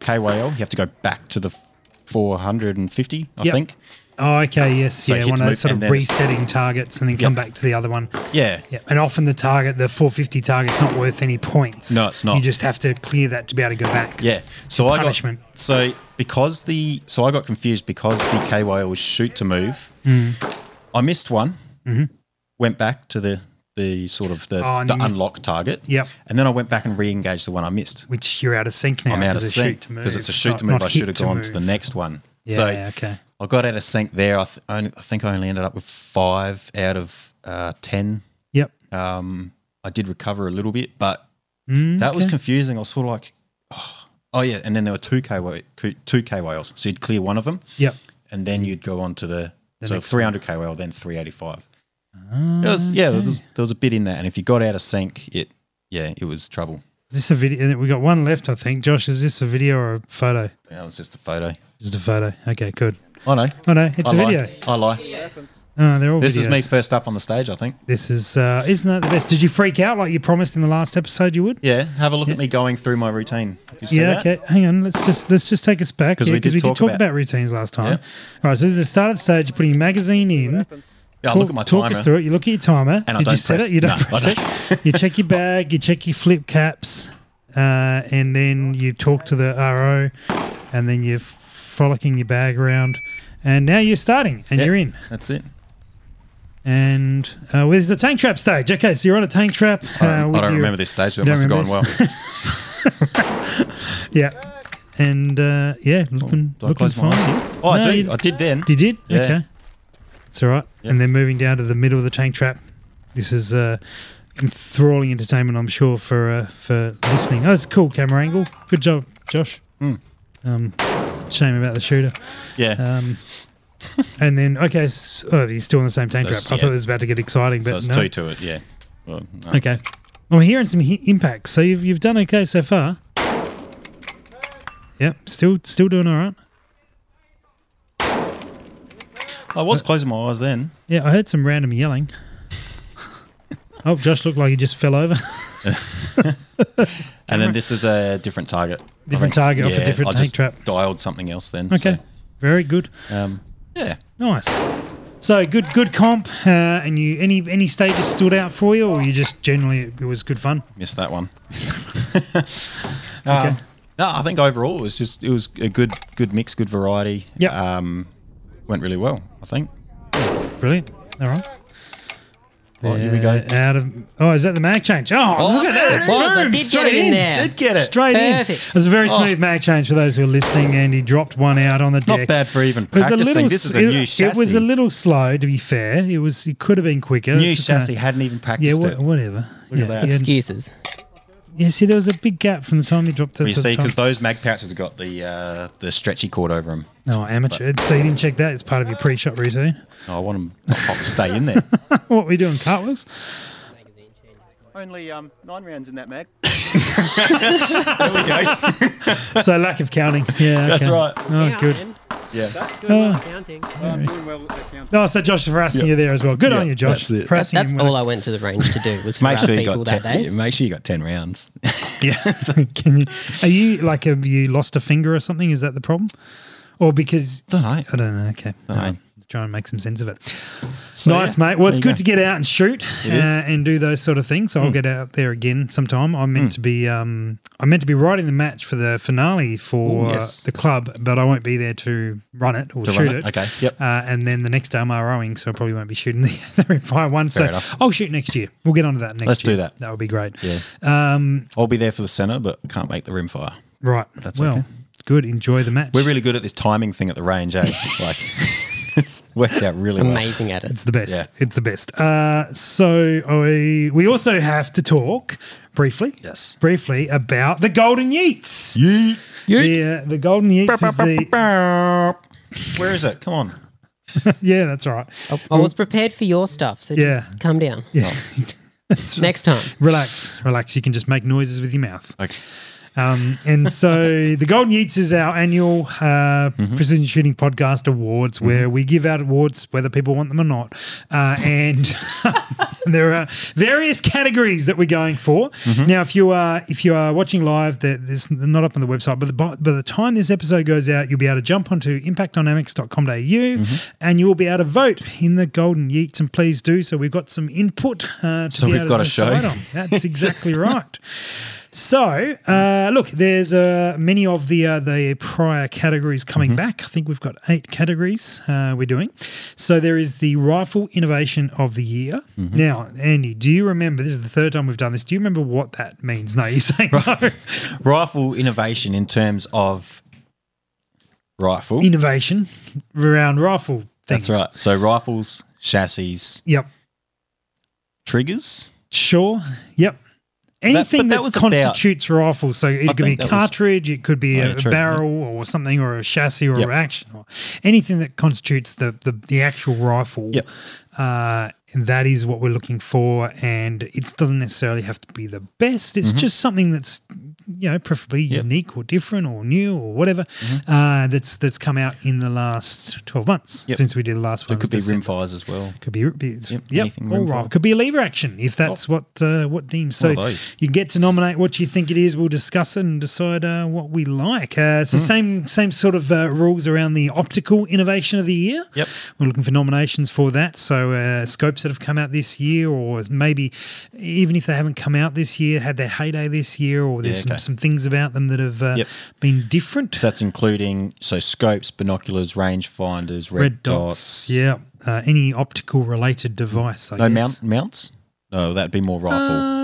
Speaker 3: KYL, you have to go back to the 450, I
Speaker 2: Yep.
Speaker 3: think.
Speaker 2: Oh, okay. Yes. yeah.
Speaker 3: hit
Speaker 2: One
Speaker 3: to
Speaker 2: of
Speaker 3: move
Speaker 2: those sort
Speaker 3: and
Speaker 2: of
Speaker 3: then it's-
Speaker 2: resetting targets and then come
Speaker 3: Yep.
Speaker 2: back to the other one.
Speaker 3: Yeah.
Speaker 2: Yeah. And often the target, the 450 target's not worth any points.
Speaker 3: No, it's not.
Speaker 2: You just have to clear that to be able to go back.
Speaker 3: Yeah. So I
Speaker 2: Punishment.
Speaker 3: got so because the so I got confused because the KYL was shoot to move.
Speaker 2: Mm.
Speaker 3: I missed one. Went back to the the sort of the,
Speaker 2: Mm-hmm. Oh, and
Speaker 3: the
Speaker 2: you-
Speaker 3: unlock target.
Speaker 2: Yep.
Speaker 3: And then I went back and re-engaged the one I missed.
Speaker 2: Which you're out of sync now.
Speaker 3: I'm out of
Speaker 2: 'cause it's
Speaker 3: sync
Speaker 2: shoot to move,
Speaker 3: because it's a shoot
Speaker 2: not-
Speaker 3: to move.
Speaker 2: not
Speaker 3: I should have
Speaker 2: hit
Speaker 3: gone to the
Speaker 2: move.
Speaker 3: next one.
Speaker 2: Yeah.
Speaker 3: so
Speaker 2: okay.
Speaker 3: I got out of sync there. I, th- only, I think I only ended up with five out of uh, ten.
Speaker 2: Yep.
Speaker 3: Um, I did recover a little bit, but
Speaker 2: Mm,
Speaker 3: that was confusing. I was sort of like, oh, oh, yeah. And then there were two KY, two KYLs. So you'd clear one of them,
Speaker 2: Yep.
Speaker 3: and then you'd go on to the, so
Speaker 2: next Ah,
Speaker 3: 300 KYL, then 385. It was, yeah, there was, there was a bit in there, and if you got out of sync, it yeah, it was trouble.
Speaker 2: Is this a video? We got one left, I think. Josh, is this a video or a photo?
Speaker 3: That was just a photo.
Speaker 2: Just a photo. Okay, good.
Speaker 3: I know.
Speaker 2: Oh no, it's
Speaker 3: I
Speaker 2: a
Speaker 3: lie.
Speaker 2: video.
Speaker 3: I lie.
Speaker 2: Oh, they're all.
Speaker 3: This is me
Speaker 2: videos.
Speaker 3: first up on the stage, I think.
Speaker 2: This is. Uh, isn't that the best? Did you freak out like you promised in the last episode you would?
Speaker 3: Yeah, have a look at me going through my routine. Did you see
Speaker 2: yeah.
Speaker 3: that?
Speaker 2: Okay. Hang on. Let's just let's just take us back
Speaker 3: 'Cause
Speaker 2: yeah,
Speaker 3: we did talk about-
Speaker 2: routines last time.
Speaker 3: Yeah.
Speaker 2: All right. So this is the start of the stage. You're putting your magazine in.
Speaker 3: Yeah, I
Speaker 2: Talk,
Speaker 3: look at my
Speaker 2: talk
Speaker 3: timer.
Speaker 2: us through it. You look at your timer.
Speaker 3: And I
Speaker 2: Did you
Speaker 3: don't
Speaker 2: set
Speaker 3: press-
Speaker 2: it? You don't
Speaker 3: no, I
Speaker 2: press it. you check your bag. You check your flip caps, uh, and then you talk to the RO, and then you're frolicking your bag around, and now you're starting and
Speaker 3: Yeah,
Speaker 2: you're in.
Speaker 3: That's it.
Speaker 2: And uh, where's the tank trap stage? Okay, so you're on a tank trap. Uh,
Speaker 3: I don't, I
Speaker 2: with
Speaker 3: don't
Speaker 2: your-
Speaker 3: remember this stage, so it
Speaker 2: Don't
Speaker 3: must have gone
Speaker 2: remember
Speaker 3: well.
Speaker 2: Yeah. And uh, yeah, looking,
Speaker 3: Do I
Speaker 2: looking
Speaker 3: close my
Speaker 2: fine.
Speaker 3: eyes here?
Speaker 2: No,
Speaker 3: Oh, I do.
Speaker 2: You,
Speaker 3: I did then.
Speaker 2: you did?
Speaker 3: Yeah.
Speaker 2: Okay. It's all right. And then moving down to the middle of the tank trap. This is uh, enthralling entertainment, I'm sure, for uh, for listening. Oh, it's a cool camera angle. Good job, Josh.
Speaker 3: Hmm.
Speaker 2: Um, shame about the shooter.
Speaker 3: Yeah.
Speaker 2: Um, and then, okay, s oh, he's still in the same tank
Speaker 3: That's-
Speaker 2: trap. I
Speaker 3: yeah.
Speaker 2: thought it was about to get exciting, but
Speaker 3: so it's
Speaker 2: no.
Speaker 3: two to it. Yeah. Well, no,
Speaker 2: Okay.
Speaker 3: it's-
Speaker 2: Well, we're hearing some he- impacts, so you've, you've done okay so far. Yep, still still doing all right.
Speaker 3: I was closing my eyes then.
Speaker 2: Yeah, I heard some random yelling. oh, Josh looked like he just fell over.
Speaker 3: And then this is a different target. I
Speaker 2: Different
Speaker 3: think.
Speaker 2: target off a different
Speaker 3: I
Speaker 2: tank
Speaker 3: just
Speaker 2: trap.
Speaker 3: Dialed something else then.
Speaker 2: Okay, very good,
Speaker 3: So, um, yeah.
Speaker 2: nice. So good, good comp. Uh, and you any any stages stood out for you, or you just generally it was good fun?
Speaker 3: Missed that one. Um, No, I think overall it was just it was a good good mix, good variety.
Speaker 2: Yep.
Speaker 3: Um, went really well. I think.
Speaker 2: Brilliant. All right.
Speaker 3: Right, here we go.
Speaker 2: Uh, Out of oh, is that the mag change? Oh, look at that!
Speaker 4: it was. I
Speaker 2: Boom,
Speaker 4: did get
Speaker 2: straight
Speaker 4: it in there.
Speaker 3: Did get it.
Speaker 2: Straight in.
Speaker 4: Perfect.
Speaker 2: It was a very smooth mag change for those who are listening, and he dropped one out on the
Speaker 3: Oh. Not
Speaker 2: deck.
Speaker 3: bad for even
Speaker 2: It was a
Speaker 3: practicing.
Speaker 2: little
Speaker 3: this is
Speaker 2: s-
Speaker 3: a
Speaker 2: it,
Speaker 3: new chassis.
Speaker 2: It was a little slow, to be fair. It was. It could have been quicker.
Speaker 3: new
Speaker 2: It's just kinda-
Speaker 3: chassis. hadn't even
Speaker 2: yeah,
Speaker 3: practiced
Speaker 2: wha-
Speaker 3: it.
Speaker 2: whatever. yeah,
Speaker 3: at that.
Speaker 2: he hadn't-
Speaker 4: Excuses.
Speaker 2: yeah, see, there was a big gap from the time he dropped it.
Speaker 3: Well, you
Speaker 2: to the
Speaker 3: see, because
Speaker 2: time-
Speaker 3: those mag pouches have got the uh, the stretchy cord over them.
Speaker 2: oh, amateur. So you didn't check that. It's part of your pre-shot routine.
Speaker 3: I want them to pop- stay in there.
Speaker 2: What were we doing, cartwheels?
Speaker 5: Only um, nine rounds in that mag.
Speaker 3: There we go.
Speaker 2: So lack of counting. Yeah,
Speaker 3: That's
Speaker 2: okay.
Speaker 3: right.
Speaker 2: Oh, good. Ah.
Speaker 3: Yeah.
Speaker 5: I'm doing well at counting.
Speaker 2: Oh, so Josh harassing you there as well. Good on you, Josh.
Speaker 3: that's it.
Speaker 2: Harassing
Speaker 4: That's
Speaker 2: him when
Speaker 4: all I went to the range to do was
Speaker 3: Make
Speaker 4: harass
Speaker 3: sure you
Speaker 4: people
Speaker 3: got
Speaker 4: that
Speaker 3: ten.
Speaker 4: day.
Speaker 3: yeah, Make sure you got ten rounds.
Speaker 2: Yeah. Can you? Are you like have you lost a finger or something? Is that the problem? Or because
Speaker 3: Don't know.
Speaker 2: I don't know. Okay.
Speaker 3: Dunno.
Speaker 2: Um, Try and make some sense of it.
Speaker 3: So,
Speaker 2: nice,
Speaker 3: yeah,
Speaker 2: mate. Well, it's
Speaker 3: there you
Speaker 2: good to get out and shoot
Speaker 3: It is. Hmm.
Speaker 2: uh, and do those sort of things. So I'll get out there again sometime. I'm meant to be. Um, I'm meant to be writing the match for the finale for
Speaker 3: Ooh, yes.
Speaker 2: uh, the club, but I won't be there to run it or
Speaker 3: To
Speaker 2: shoot
Speaker 3: run
Speaker 2: it.
Speaker 3: it. Okay. Yep.
Speaker 2: Uh, and then the next day I'm ROing, so I probably won't be shooting the other Empire one. so
Speaker 3: enough.
Speaker 2: I'll shoot next year. We'll get onto that next
Speaker 3: Let's do
Speaker 2: year.
Speaker 3: that.
Speaker 2: That would be great.
Speaker 3: Yeah.
Speaker 2: Um,
Speaker 3: I'll be there for the center, but can't make the rim fire.
Speaker 2: Right.
Speaker 3: That's
Speaker 2: well,
Speaker 3: okay.
Speaker 2: good. Enjoy the match.
Speaker 3: We're really good at this timing thing at the range, eh? Like, it works out really well.
Speaker 4: Amazing at it.
Speaker 2: It's the best.
Speaker 3: Yeah.
Speaker 2: It's the best. Uh, so I, we also have to talk briefly.
Speaker 3: Yes.
Speaker 2: Briefly about the Golden Yeats.
Speaker 3: Yeet.
Speaker 2: Yeah, the Golden Yeats is the.
Speaker 3: Where is it? Come on.
Speaker 2: yeah, that's all right.
Speaker 3: Oh.
Speaker 4: I, I was prepared for your stuff, so
Speaker 2: Yeah.
Speaker 4: just calm down.
Speaker 2: Yeah.
Speaker 3: Oh.
Speaker 2: That's right.
Speaker 4: Next time.
Speaker 2: Relax, relax. You can just make noises with your mouth.
Speaker 3: Okay.
Speaker 2: Um, and so the Golden Yeats is our annual uh,
Speaker 3: Mm-hmm.
Speaker 2: precision shooting podcast awards where we give out awards whether people want them or not. Uh, and there are various categories that we're going for.
Speaker 3: Mm-hmm.
Speaker 2: Now, if you are if you are watching live, they're, there's they're not up on the website, but the, by, by the time this episode goes out, you'll be able to jump onto impactdynamics.com.au
Speaker 3: Mm-hmm.
Speaker 2: and you'll be able to vote in the Golden Yeats. And please do so. We've got some input uh, to
Speaker 3: So
Speaker 2: be
Speaker 3: we've
Speaker 2: able
Speaker 3: got
Speaker 2: to
Speaker 3: a show.
Speaker 2: decide on. That's exactly right. So, uh, look, there's uh, many of the uh, the prior categories coming
Speaker 3: Mm-hmm.
Speaker 2: back. I think we've got eight categories uh, we're doing. So there is the rifle innovation of the year.
Speaker 3: Mm-hmm.
Speaker 2: Now, Andy, do you remember? This is the third time we've done this. Do you remember what that means? No, you say no.
Speaker 3: Rifle innovation in terms of rifle.
Speaker 2: innovation around rifle things.
Speaker 3: That's right. So rifles, chassis,
Speaker 2: Yep.
Speaker 3: triggers.
Speaker 2: Sure. Yep.
Speaker 3: but
Speaker 2: Anything
Speaker 3: that
Speaker 2: that,
Speaker 3: was about-
Speaker 2: constitutes rifle. So it could be
Speaker 3: think that was-
Speaker 2: cartridge, it could be
Speaker 3: Oh,
Speaker 2: a,
Speaker 3: yeah,
Speaker 2: a
Speaker 3: true, yeah.
Speaker 2: barrel or something, or a chassis or
Speaker 3: Yep.
Speaker 2: a action, or anything that constitutes the the, the actual rifle.
Speaker 3: Yep.
Speaker 2: Uh, and that is what we're looking for, and it doesn't necessarily have to be the best. It's just something that's you know preferably
Speaker 3: Mm-hmm. Yep. Mm-hmm.
Speaker 2: unique or different or new or whatever uh, that's that's come out in the last twelve months
Speaker 3: Yep.
Speaker 2: since we did the last one.
Speaker 3: It could
Speaker 2: was
Speaker 3: be
Speaker 2: December.
Speaker 3: rim fires as well.
Speaker 2: Could be, be it's,
Speaker 3: Yep,
Speaker 2: yep,
Speaker 3: anything
Speaker 2: all
Speaker 3: room for
Speaker 2: right.
Speaker 3: it.
Speaker 2: Could be a lever action if that's what uh, what deems. So
Speaker 3: Oh. One of those.
Speaker 2: you get to nominate what you think it is. We'll discuss it and decide uh, what we like. Uh, it's the
Speaker 3: Hmm.
Speaker 2: same same sort of uh, rules around the optical innovation of the year.
Speaker 3: Yep.
Speaker 2: we're looking for nominations for that. So uh, scopes that have come out this year, or maybe even if they haven't come out this year, had their heyday this year, or there's
Speaker 3: okay.
Speaker 2: some, some things about them that have uh,
Speaker 3: Yep.
Speaker 2: been different.
Speaker 3: So that's including so scopes, binoculars, rangefinders, red,
Speaker 2: Red
Speaker 3: dots.
Speaker 2: dots, yeah. Uh, any optical related device, I
Speaker 3: No
Speaker 2: guess.
Speaker 3: mount mounts. No, that'd be more rifle.
Speaker 2: Um,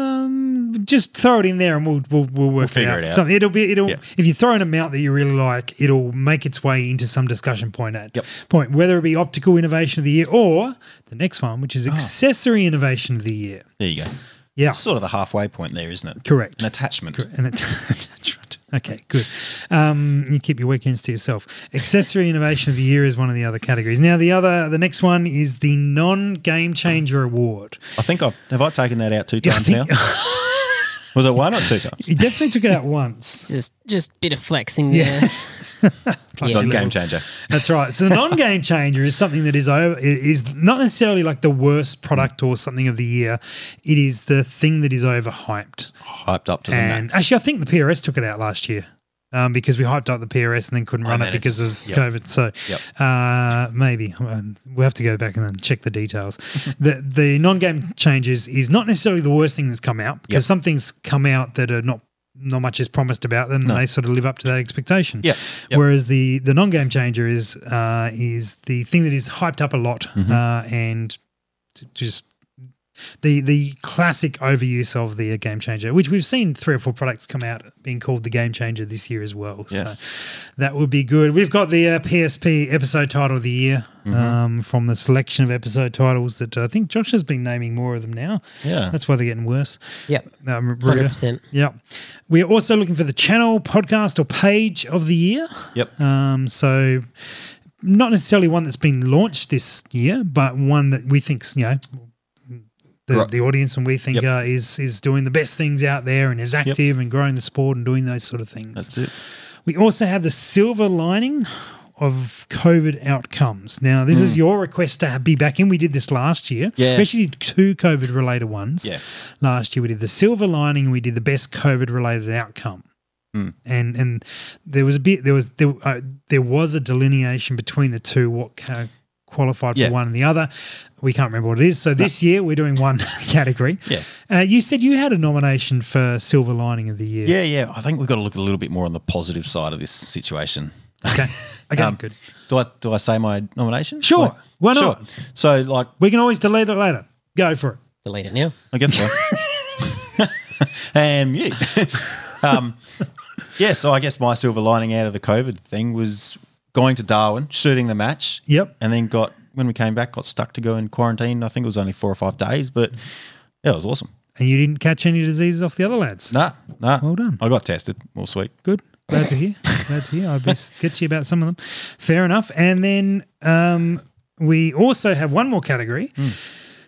Speaker 2: just throw it in there, and we'll we'll, we'll work
Speaker 3: figure
Speaker 2: out.
Speaker 3: it out.
Speaker 2: So it'll be it'll
Speaker 3: Yeah.
Speaker 2: if you throw an amount that you really like, it'll make its way into some discussion point at
Speaker 3: Yep.
Speaker 2: point whether it be optical innovation of the year or the next one, which
Speaker 3: Ah.
Speaker 2: is accessory innovation of the year.
Speaker 3: there you go.
Speaker 2: Yeah,
Speaker 3: It's sort of the halfway point there, isn't it?
Speaker 2: Correct.
Speaker 3: An attachment.
Speaker 2: and it, attachment. Okay, good. Um, you keep your weekends to yourself. Accessory innovation of the year is one of the other categories. Now the other the next one is the non game changer award.
Speaker 3: I think I've have I taken that out two
Speaker 2: Yeah, I
Speaker 3: times
Speaker 2: think-
Speaker 3: now. Was it one or two times?
Speaker 2: You definitely took it out once.
Speaker 4: Just just bit of flexing there. Yeah.
Speaker 3: Not game changer.
Speaker 2: That's right. So the non-game changer is something that is over, is not necessarily like the worst product or something of the year. It is the thing that is overhyped.
Speaker 3: Hyped up to the
Speaker 2: And
Speaker 3: max.
Speaker 2: actually, I think the PRS took it out last year um, because we hyped up the PRS and then couldn't run
Speaker 3: mean,
Speaker 2: it because
Speaker 3: it's-
Speaker 2: of
Speaker 3: yep.
Speaker 2: COVID. So
Speaker 3: Yep.
Speaker 2: uh, maybe Uh, we'll have to go back and then check the details. the the non-game changes is not necessarily the worst thing that's come out because
Speaker 3: Yep.
Speaker 2: some things come out that are not. Not much is promised about them, and they sort of live up to that expectation.
Speaker 3: Yeah. Yep.
Speaker 2: Whereas the the non game changer is uh, is the thing that is hyped up a lot
Speaker 3: Mm-hmm.
Speaker 2: uh, and t- just the the classic overuse of the game changer, which we've seen three or four products come out being called the game changer this year as well.
Speaker 3: Yes.
Speaker 2: So that would be good. We've got the uh, PSP episode title of the year
Speaker 3: Mm-hmm.
Speaker 2: um, from the selection of episode titles that uh, I think Josh has been naming more of them now.
Speaker 3: Yeah.
Speaker 2: That's why they're getting worse.
Speaker 4: Yep.
Speaker 2: Um,
Speaker 4: Hundred percent.
Speaker 2: yeah. We're also looking for the channel, podcast, or page of the year.
Speaker 3: Yep.
Speaker 2: Um, so not necessarily one that's been launched this year, but one that we think you know the,
Speaker 3: Right.
Speaker 2: the audience and we think
Speaker 3: Yep.
Speaker 2: uh, is is doing the best things out there and is active and growing the sport and doing those sort of things.
Speaker 3: That's it.
Speaker 2: We also have the silver lining of COVID outcomes. Now, this is your request to be back in. We did this last year.
Speaker 3: Hmm. Yeah.
Speaker 2: We actually did two COVID related ones.
Speaker 3: Yeah.
Speaker 2: Last year, we did the silver lining and we did the best COVID related outcome.
Speaker 3: Hmm.
Speaker 2: And and there was a bit there was there, uh, there was a delineation between the two what ca- qualified
Speaker 3: Yeah.
Speaker 2: for one and the other. We can't remember what it is. So this year we're doing one category.
Speaker 3: Yeah.
Speaker 2: Uh, you said you had a nomination for silver lining of the year.
Speaker 3: Yeah, yeah. I think we've got to look a little bit more on the positive side of this situation.
Speaker 2: Okay. Okay.
Speaker 3: Um,
Speaker 2: good.
Speaker 3: Do I do I say my nomination?
Speaker 2: Sure.
Speaker 3: Like-
Speaker 2: Why not?
Speaker 3: Sure. So like
Speaker 2: We can always delete it later. Go for it.
Speaker 4: Delete it now.
Speaker 3: I guess so. and yeah. um, yeah, so I guess my silver lining out of the COVID thing was going to Darwin, shooting the match.
Speaker 2: Yep.
Speaker 3: And then got, when we came back, got stuck to go in quarantine. I think it was only four or five days, but yeah, it was awesome.
Speaker 2: And you didn't catch any diseases off the other lads.
Speaker 3: Nah, nah.
Speaker 2: Well done.
Speaker 3: I got tested all sweet.
Speaker 2: Good. Glad to hear. Glad to hear. I'll be get to you about some of them. Fair enough. And then um, we also have one more category.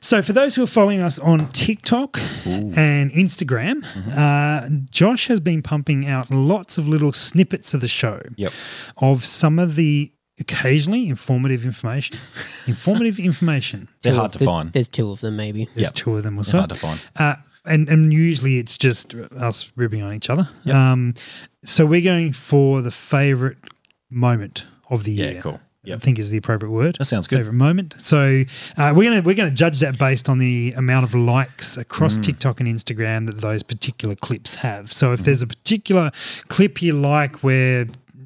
Speaker 2: So, for those who are following us on TikTok and Instagram, uh, Josh has been pumping out lots of little snippets of the show
Speaker 3: Yep.
Speaker 2: of some of the occasionally informative information. informative information.
Speaker 3: They're hard to
Speaker 4: There's-
Speaker 3: find.
Speaker 4: There's two of them, maybe.
Speaker 2: There's
Speaker 3: Yep.
Speaker 2: two of them or so.
Speaker 3: They're hard to find.
Speaker 2: Uh, and, and usually it's just us ribbing on each other. Um, so we're going for the favorite moment of the
Speaker 3: Yeah,
Speaker 2: year.
Speaker 3: cool.
Speaker 2: I
Speaker 3: Yep.
Speaker 2: think is the appropriate word.
Speaker 3: That sounds good.
Speaker 2: Favorite moment. So uh, we're gonna we're gonna judge that based on the amount of likes across
Speaker 3: Mm.
Speaker 2: TikTok and Instagram that those particular clips have. So
Speaker 3: Mm-hmm.
Speaker 2: if there's a particular clip you like where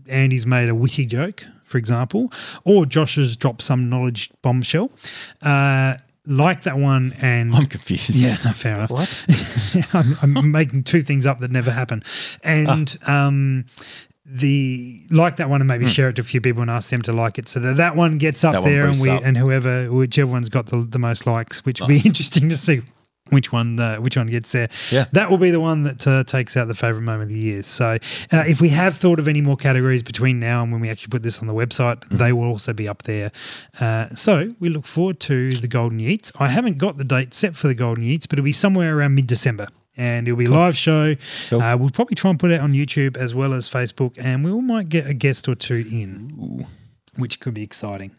Speaker 2: Andy's made a witty joke, for example, or Josh has dropped some knowledge bombshell, uh, like that one and
Speaker 3: I'm confused.
Speaker 2: yeah, no, fair enough. I'm, I'm making two things up that never happen, and
Speaker 3: Ah.
Speaker 2: um, the like that one and maybe share it to a few people and ask them to like it so that that one gets up
Speaker 3: Hmm. That one
Speaker 2: there and
Speaker 3: boosts
Speaker 2: we
Speaker 3: up.
Speaker 2: and whoever whichever one's got the, the most likes, which will be
Speaker 3: Nice.
Speaker 2: interesting to see. Which one? Uh, which one gets there?
Speaker 3: Yeah.
Speaker 2: that will be the one that uh, takes out the favorite moment of the year. So, uh, if we have thought of any more categories between now and when we actually put this on the website,
Speaker 3: Mm-hmm.
Speaker 2: they will also be up there. Uh, so, we look forward to the Golden Yeats. I haven't got the date set for the Golden Yeats, but it'll be somewhere around mid-December. And it'll be a live show. Uh, we'll probably try and put it on YouTube as well as Facebook, and we all might get a guest or two in, which could be exciting.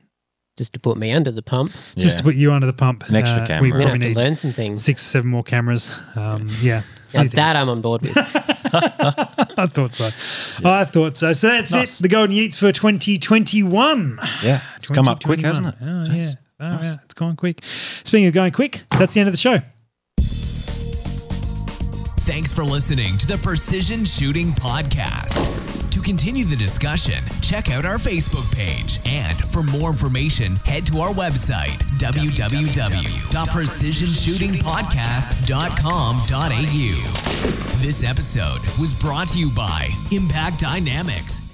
Speaker 4: Just to put me under the pump.
Speaker 2: Just to put you under the pump. uh,
Speaker 3: An extra
Speaker 2: We
Speaker 3: camera.
Speaker 4: I'm going to
Speaker 2: probably
Speaker 4: have to
Speaker 2: need
Speaker 4: learn some things.
Speaker 2: six, seven more cameras. Um, yeah.
Speaker 4: Now
Speaker 2: Few things.
Speaker 4: that uh, I'm on board with.
Speaker 2: I thought so. I thought so. So that's it. The Golden Yeats for 2021.
Speaker 3: Yeah. It's come up quick, hasn't it?
Speaker 2: 2021. Oh, yeah. Oh, yeah. It's gone quick. Speaking of going quick, that's the end of the show.
Speaker 1: Thanks for listening to the Precision Shooting Podcast. To continue the discussion, check out our Facebook page. And for more information, head to our website, www.precisionshootingpodcast.com.au. This episode was brought to you by Impact Dynamics,